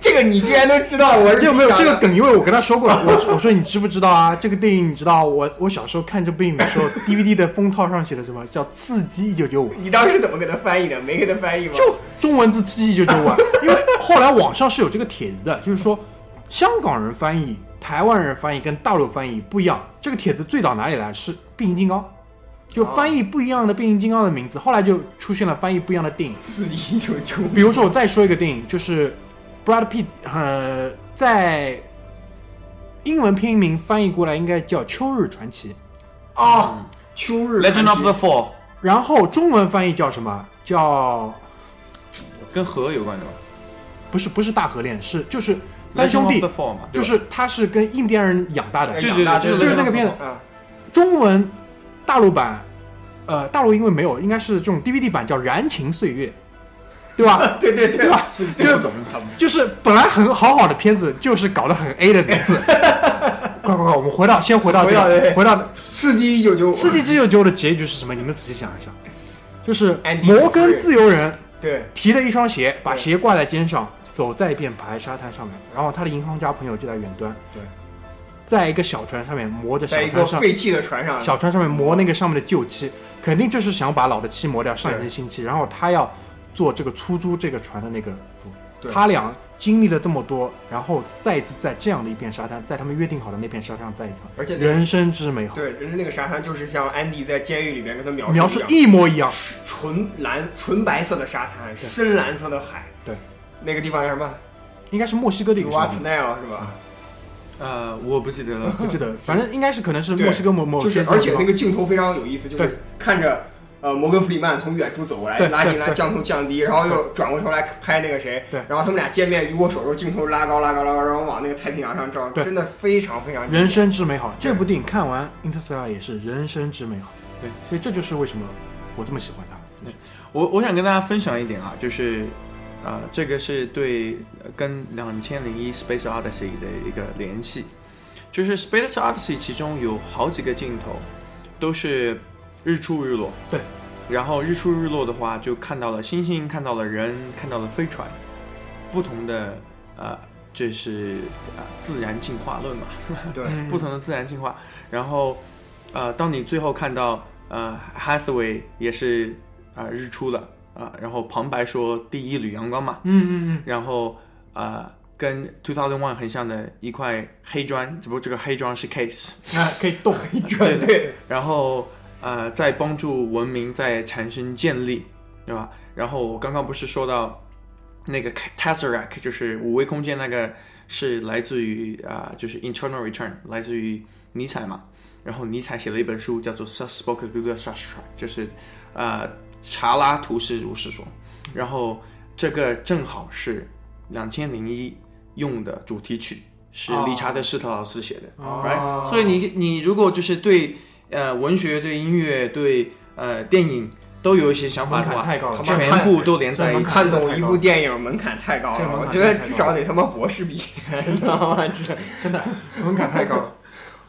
S4: 这个你居然都知道，我是
S1: 有没有
S4: 想
S1: 这
S4: 的
S1: 个梗？因为我跟他说过了，我我说你知不知道啊？这个电影你知道？我我小时候看这部电影的时候 (laughs) ，DVD 的封套上写的什么叫“刺激一九九五”。
S4: 你当时怎么给他翻译的？没给他翻译吗？
S1: 就中文字刺激就
S3: (laughs)
S1: 中文，因为后来网上是有这个帖子的，就是说香港人翻译、台湾人翻译跟大陆翻译不一样。这个帖子最早哪里来？是变形金刚，就翻译不一样的变形金刚的名字，后来就出现了翻译不一样的电影。
S4: 刺激一九
S1: (laughs)
S4: 九五
S1: 比如说，我再说一个电影，就是 Brad Pitt，呃，在英文片名翻译过来应该叫《秋日传奇》，
S4: 啊，秋日
S3: Legend of the
S4: 传奇
S3: Fall》
S1: 然后中文翻译叫什么？叫
S3: 跟河有关的吧？
S1: 不是不是大河恋，是就是三兄弟
S3: Legend of the Fall 嘛，对
S1: 就
S3: 吧
S1: 是他是跟印第安人养大的，
S3: 对
S4: 养
S3: 对
S4: 大
S3: 对，
S4: 就是
S1: 就是那个片子
S3: Legend of the Fall
S4: 啊，
S1: 中文大陆版，呃，大陆因为没有，应该是这种 DVD 版叫《燃情岁月》，对
S4: (laughs)
S1: 吧？
S4: 对对对
S1: 对吧？
S4: 是
S1: 就是就是本来很好好的片子，就是搞得很 A 的名字。快快快，我们回到先回到这
S4: 回到
S1: 个
S4: 对 (laughs)
S1: 回到
S4: 刺激一九九五，
S1: 《世纪之九九》的结局是什么？你们仔细想一想，就是摩
S4: Andy
S1: 根自由人
S4: 对
S1: 提了一双鞋，把
S4: 对
S1: 鞋挂在肩上，走在便白沙滩上面，然后他的银行家朋友就在远端，
S4: 对，
S1: 在一个小船上面磨着小
S4: 在一个
S1: 船上
S4: 废弃的船上，
S1: 小船上面磨那个上面的旧
S4: 嗯
S1: 漆，肯定就是想把老的漆磨掉，上一层新漆，然后他要做这个出租这个船的那个服务
S4: 对
S1: 他俩经历了这么多，然后再一次在这样的一片沙滩，在他们约定好的那片沙滩上在一块，
S4: 而且那
S1: 人生之美好，
S4: 对，人家那个沙滩就是像安迪在监狱里面跟他描
S1: 描
S4: 述
S1: 述
S4: 一样，
S1: 一模一样。
S4: 纯蓝、纯白色的沙滩，深蓝色的海，
S1: 对，
S4: 那个地方叫什么？
S1: 应该是墨西哥的一个
S4: u
S1: 什
S4: a
S1: 么
S4: t
S1: 地
S4: n a l 是吧？
S3: 呃，我不记得了
S1: 方，。不记得，反正应该是可能是
S4: 对
S1: 墨西哥某某
S4: 就
S1: 些
S4: 是
S1: 地，方
S4: 而且那个镜头非常有意思，就是
S1: 对
S4: 看着呃摩根弗里曼从远处走过来，
S1: 对
S4: 拉近
S1: 对
S4: 拉
S1: 对
S4: 降头降低，然后又转过头来拍那个谁，
S1: 对
S4: 然后他们俩见面一握手，时候镜头拉高拉高拉高，然后往那个太平洋上照，
S1: 对
S4: 真的非常非常经典
S1: 人生之美好。这部电影看完《Interstellar》也是人生之美好，
S3: 对，
S1: 所以这就是为什么我这么喜欢
S4: (laughs)
S1: 它。
S3: 我我想跟大家分享一点啊，就是，呃，这个是对呃跟两千零一 Space Odyssey 的一个联系，就是 Space Odyssey 其中有好几个镜头都是日出日落，
S1: 对，
S3: 然后日出日落的话，就看到了星星，看到了人，看到了飞船，不同的呃啊、这是啊、自然进化论嘛，
S4: 对，
S1: 嗯
S3: (laughs) 不同的自然进化。然后，呃，当你最后看到呃 Hathaway 也是啊、日出了啊、然后旁白说第一缕阳光嘛，
S1: 嗯嗯
S3: 然后啊、跟 Two Thousand One 很像的一块黑砖，只不过这个黑砖是 case，
S1: 嗯，啊，可以动一
S3: 对
S1: 转，
S4: 对，
S3: 然后呃，在帮助文明在产生建立，对吧？然后我刚刚不是说到那个 tesseract，就是五维空间那个是来自于啊、就是 internal return，来自于尼采嘛。然后尼采写了一本书叫做《Suspoken b i b l i o s t r a t r a 就是呃查拉图是如是说。然后这个正好是两千零一用的主题曲，是理查德施特劳斯写的。
S1: (laughs) 哦
S3: right？所以你你如果就是对呃文学、对音乐、对呃电影都有一些想法
S1: 门
S3: 的
S1: 槛
S3: 话，
S1: 太高了，
S4: 他妈看
S3: 全部都连在一
S1: 门
S3: 起。
S1: 槛
S4: 看
S1: 太高了
S4: 懂一部电影门槛太高
S1: 这门
S4: 了，
S1: 槛
S4: 我觉得
S1: 太高
S4: 至少得他妈博士毕业，你知道吗？这
S1: 门槛太高了。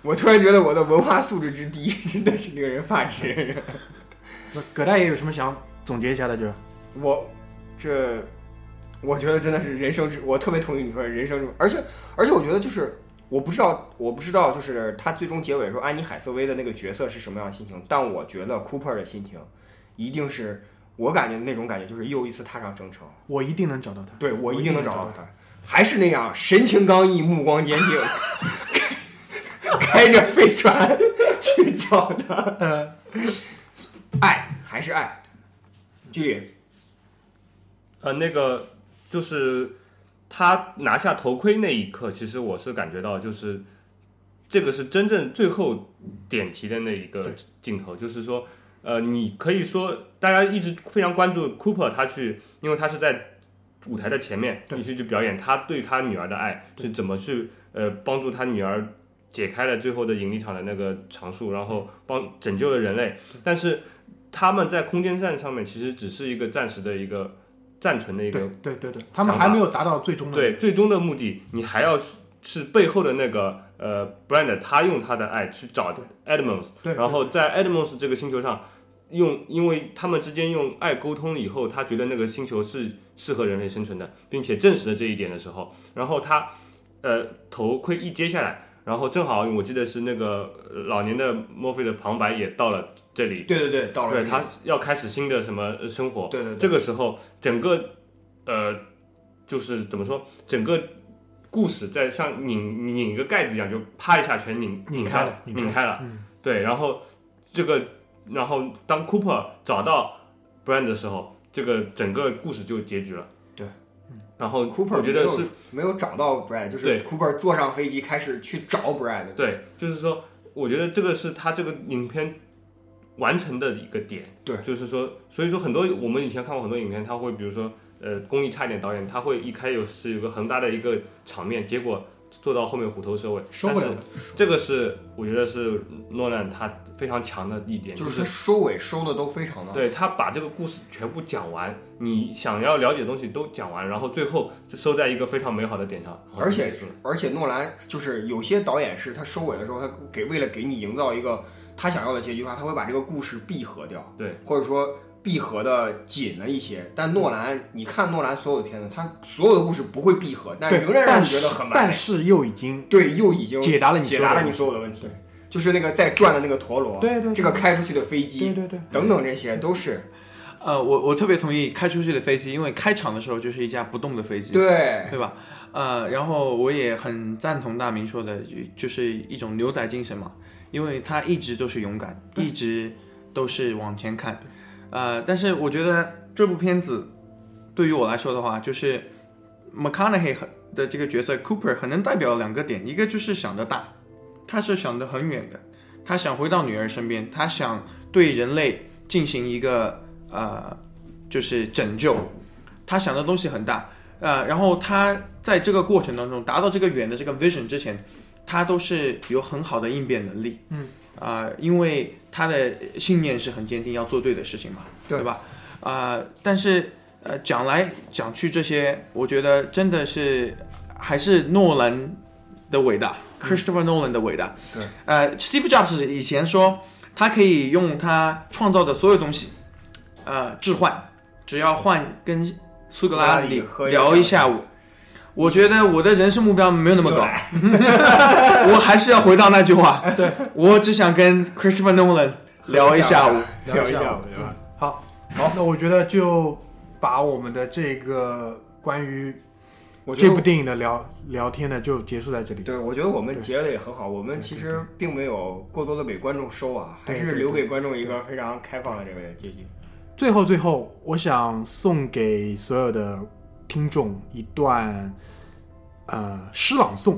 S4: 我突然觉得我的文化素质之低，真的是令人发指。
S1: 那葛大爷有什么想总结一下的？就是
S4: 我这，我觉得真的是人生之，我特别同意你说的人生之，而且而且我觉得就是我不知道我不知道就是他最终结尾说安妮海瑟薇的那个角色是什么样的心情，但我觉得 Cooper 的心情一定是我感觉那种感觉就是又一次踏上征程，
S1: 我一定能找到他。
S4: 对我
S1: 我
S4: 一
S1: 一定
S4: 定能
S1: 能
S4: 找
S1: 找
S4: 到
S1: 到
S4: 他，还是那样神情刚毅，目光坚定，开开着飞船去找他。
S2: 嗯
S1: 呃，
S4: 爱还是爱。剧里
S2: 呃，那个就是他拿下头盔那一刻，其实我是感觉到，就是这个是真正最后点题的那一个
S1: 对
S2: 镜头，就是说，呃，你可以说大家一直非常关注 Cooper，他去，因为他是在舞台的前面，
S1: 对
S2: 你去去表演他对他女儿的爱是怎么去，呃，帮助他女儿解开了最后的引力场的那个常数，然后帮拯救了人类，但是。他们在空间站上面其实只是一个暂时的一个暂存的一
S1: 对
S2: 个
S1: 对对对，他们还没有达到最终的。
S2: 对最终的目的，你还要是是背后的那个呃 Brand，他用他的爱去找 Edmonds，
S1: 对，
S2: 然后在 Edmonds 这个星球上用，因为他们之间用爱沟通以后，他觉得那个星球是适合人类生存的，并且证实了这一点的时候，然后他呃头盔一揭下来，然后正好我记得是那个呃老年的墨菲的旁白也到了这里，
S4: 对对对，到了
S2: 对
S4: 这
S2: 他
S4: 里
S2: 要开始新的什么呃生活，
S4: 对对对
S2: 这个时候整个呃就是怎么说，整个故事在像拧拧一个盖子一样，就啪一下全拧
S1: 拧
S2: 开
S1: 开了拧开
S2: 拧
S1: 了
S2: 开了。
S1: 嗯
S2: 对，然后这个，然后当 Cooper 找到 Brand 的时候，这个整个故事就结局了。
S4: 对，嗯
S2: 然后
S4: ，Cooper
S2: 我觉得
S4: 没有
S2: 是
S4: 没有找到 Brad，就是
S2: 对
S4: Cooper 坐上飞机开始去找 Brad。
S2: 对，就是说，我觉得这个是他这个影片完成的一个点。
S4: 对
S2: 就是说，所以说很多我们以前看过很多影片，他会比如说，呃，功力差一点导演，他会一开有是有个很大的一个场面，结果做到后面虎头蛇尾，
S1: 收不了
S2: 但是这个是我觉得是诺兰他非常强的一点，
S4: 就
S2: 就是
S4: 他收尾收的都非常的，
S2: 对他把这个故事全部讲完，你想要了解的东西都讲完，然后最后就收在一个非常美好的点上，然后就
S4: 而且
S2: 结束了
S4: 而且诺兰就是有些导演是他收尾的时候，他给为了给你营造一个他想要的结局的话，他会把这个故事闭合掉，
S2: 对，
S4: 或者说闭合的紧了一些。但诺兰，你看诺兰所有的片子，他所有的故事不会闭合，但
S1: 对，
S4: 仍然让
S1: 但
S4: 你觉
S1: 是
S4: 得很完
S1: 但
S4: 美。
S1: 是又已经
S4: 对，又已经
S1: 解答了你
S4: 解
S1: 所有
S4: 答
S1: 的
S4: 了你
S1: 问题
S4: 所有的问题，就是那个在转的那个陀螺，
S1: 对对对
S4: 这个开出去的飞机，
S1: 对对对
S4: 等等这些都是
S3: 呃，我我特别同意开出去的飞机，因为开场的时候就是一架不动的飞机，
S4: 对
S3: 对吧？呃，然后我也很赞同大明说的，就就是一种牛仔精神嘛，因为他一直都是勇敢，一直都是往前看。呃，但是我觉得这部片子对于我来说的话，就是 McConaughey 很的这个角色 Cooper 很能代表两个点，一个就是想得大，他是想得很远的，他想回到女儿身边，他想对人类进行一个呃，就是拯救，他想的东西很大，呃，然后他在这个过程当中达到这个远的这个 vision 之前，他都是有很好的应变能力，
S1: 嗯，
S3: 啊、因为他的信念是很坚定，要做对的事情嘛，
S4: 对
S3: 吧？啊、但是呃，讲来讲去这些，我觉得真的是还是诺兰的伟大、c h r i s t o p h e r Nolan 的伟大。
S4: 对，
S3: 呃，Steve Jobs 以前说他可以用他创造的所有东西，呃，置换，只要换跟苏格兰
S4: 苏格兰语喝一个
S3: 聊一下午，我觉得我的人生目标没有那么高， (laughs) 我还是要回到那句话，对我只想跟 Christopher Nolan 聊一下午。
S1: 聊
S4: 聊
S1: 一
S4: 一
S1: 下
S4: 下
S1: 午
S4: 午，
S1: 对吧？好，好，那我觉得就把我们的这个关于
S4: 我觉
S1: 这
S4: 得
S1: 部电影的聊聊天呢，就结束在这里。
S4: 对，我觉得我们结的也很好。我们其实并没有过多的给观众收啊，还是留给观众一个非常开放的这个结局。
S1: 最后，最后，我想送给所有的听众一段呃诗朗诵，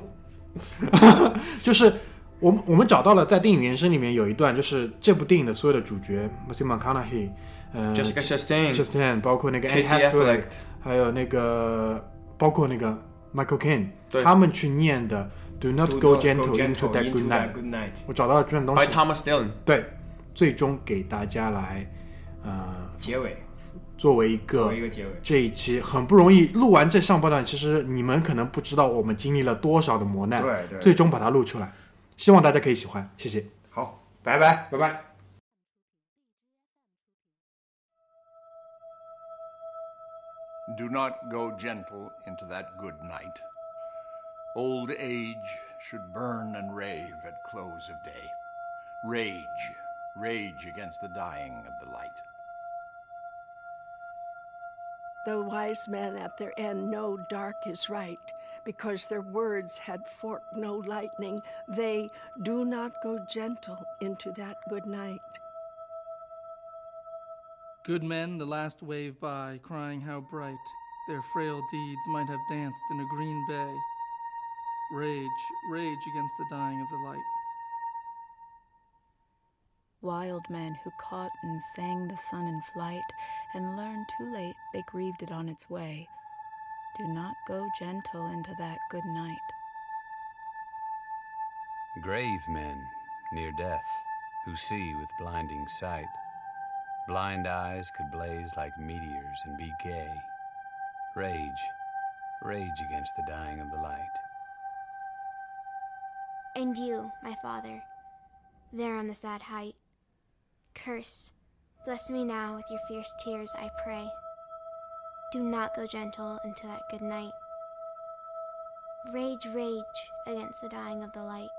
S1: (laughs) 就是我们我们找到了在电影原声里面有一段，就是这部电影的所有的主角 Matthew McConaughey，呃
S3: Jessica Chastain、
S1: Justin，包括那个 Anne
S3: Casey
S1: Hathaway，
S3: Affleck，
S1: 还有那个包括那个 Michael Caine，
S3: 对
S1: 他们去念的 Do not
S4: Do
S1: go
S4: not
S1: gentle into that
S4: that
S1: good night。
S4: good night。
S1: 我找到了这段东
S3: by
S1: 西，
S3: Thomas Dillon。
S1: 对，最终给大家来，呃，
S4: 结尾
S1: 作为一
S4: 作
S1: 个
S4: 为一个结尾，
S1: 这一期很不容易录完这上半段，其实你们可能不知道我们经历了多少的磨难，
S4: 对对，
S1: 最终把它录出来，希望大家可以喜欢，谢谢。
S4: 好，拜拜，拜拜。
S5: Do not go gentle into that good night. Old age should burn and rave at close of day. Rage, rage against the dying of the light.
S6: The wise men at their end know dark is right, because their words had forked no lightning. They do not go gentle into that good night.
S7: Good men, the last wave by, crying how bright their frail deeds might have danced in a green bay. Rage, rage against the dying of the light.
S8: Wild men who caught and sang the sun in flight and learned too late they grieved it on its way. Do not go gentle into that good night.
S9: Grave men near death who see with blinding sight. Blind eyes could blaze like meteors and be gay. Rage, rage against the dying of the light.
S10: And you, my father, there on the sad height, curse, bless me now with your fierce tears, I pray. Do not go gentle into that good night. Rage, rage against the dying of the light.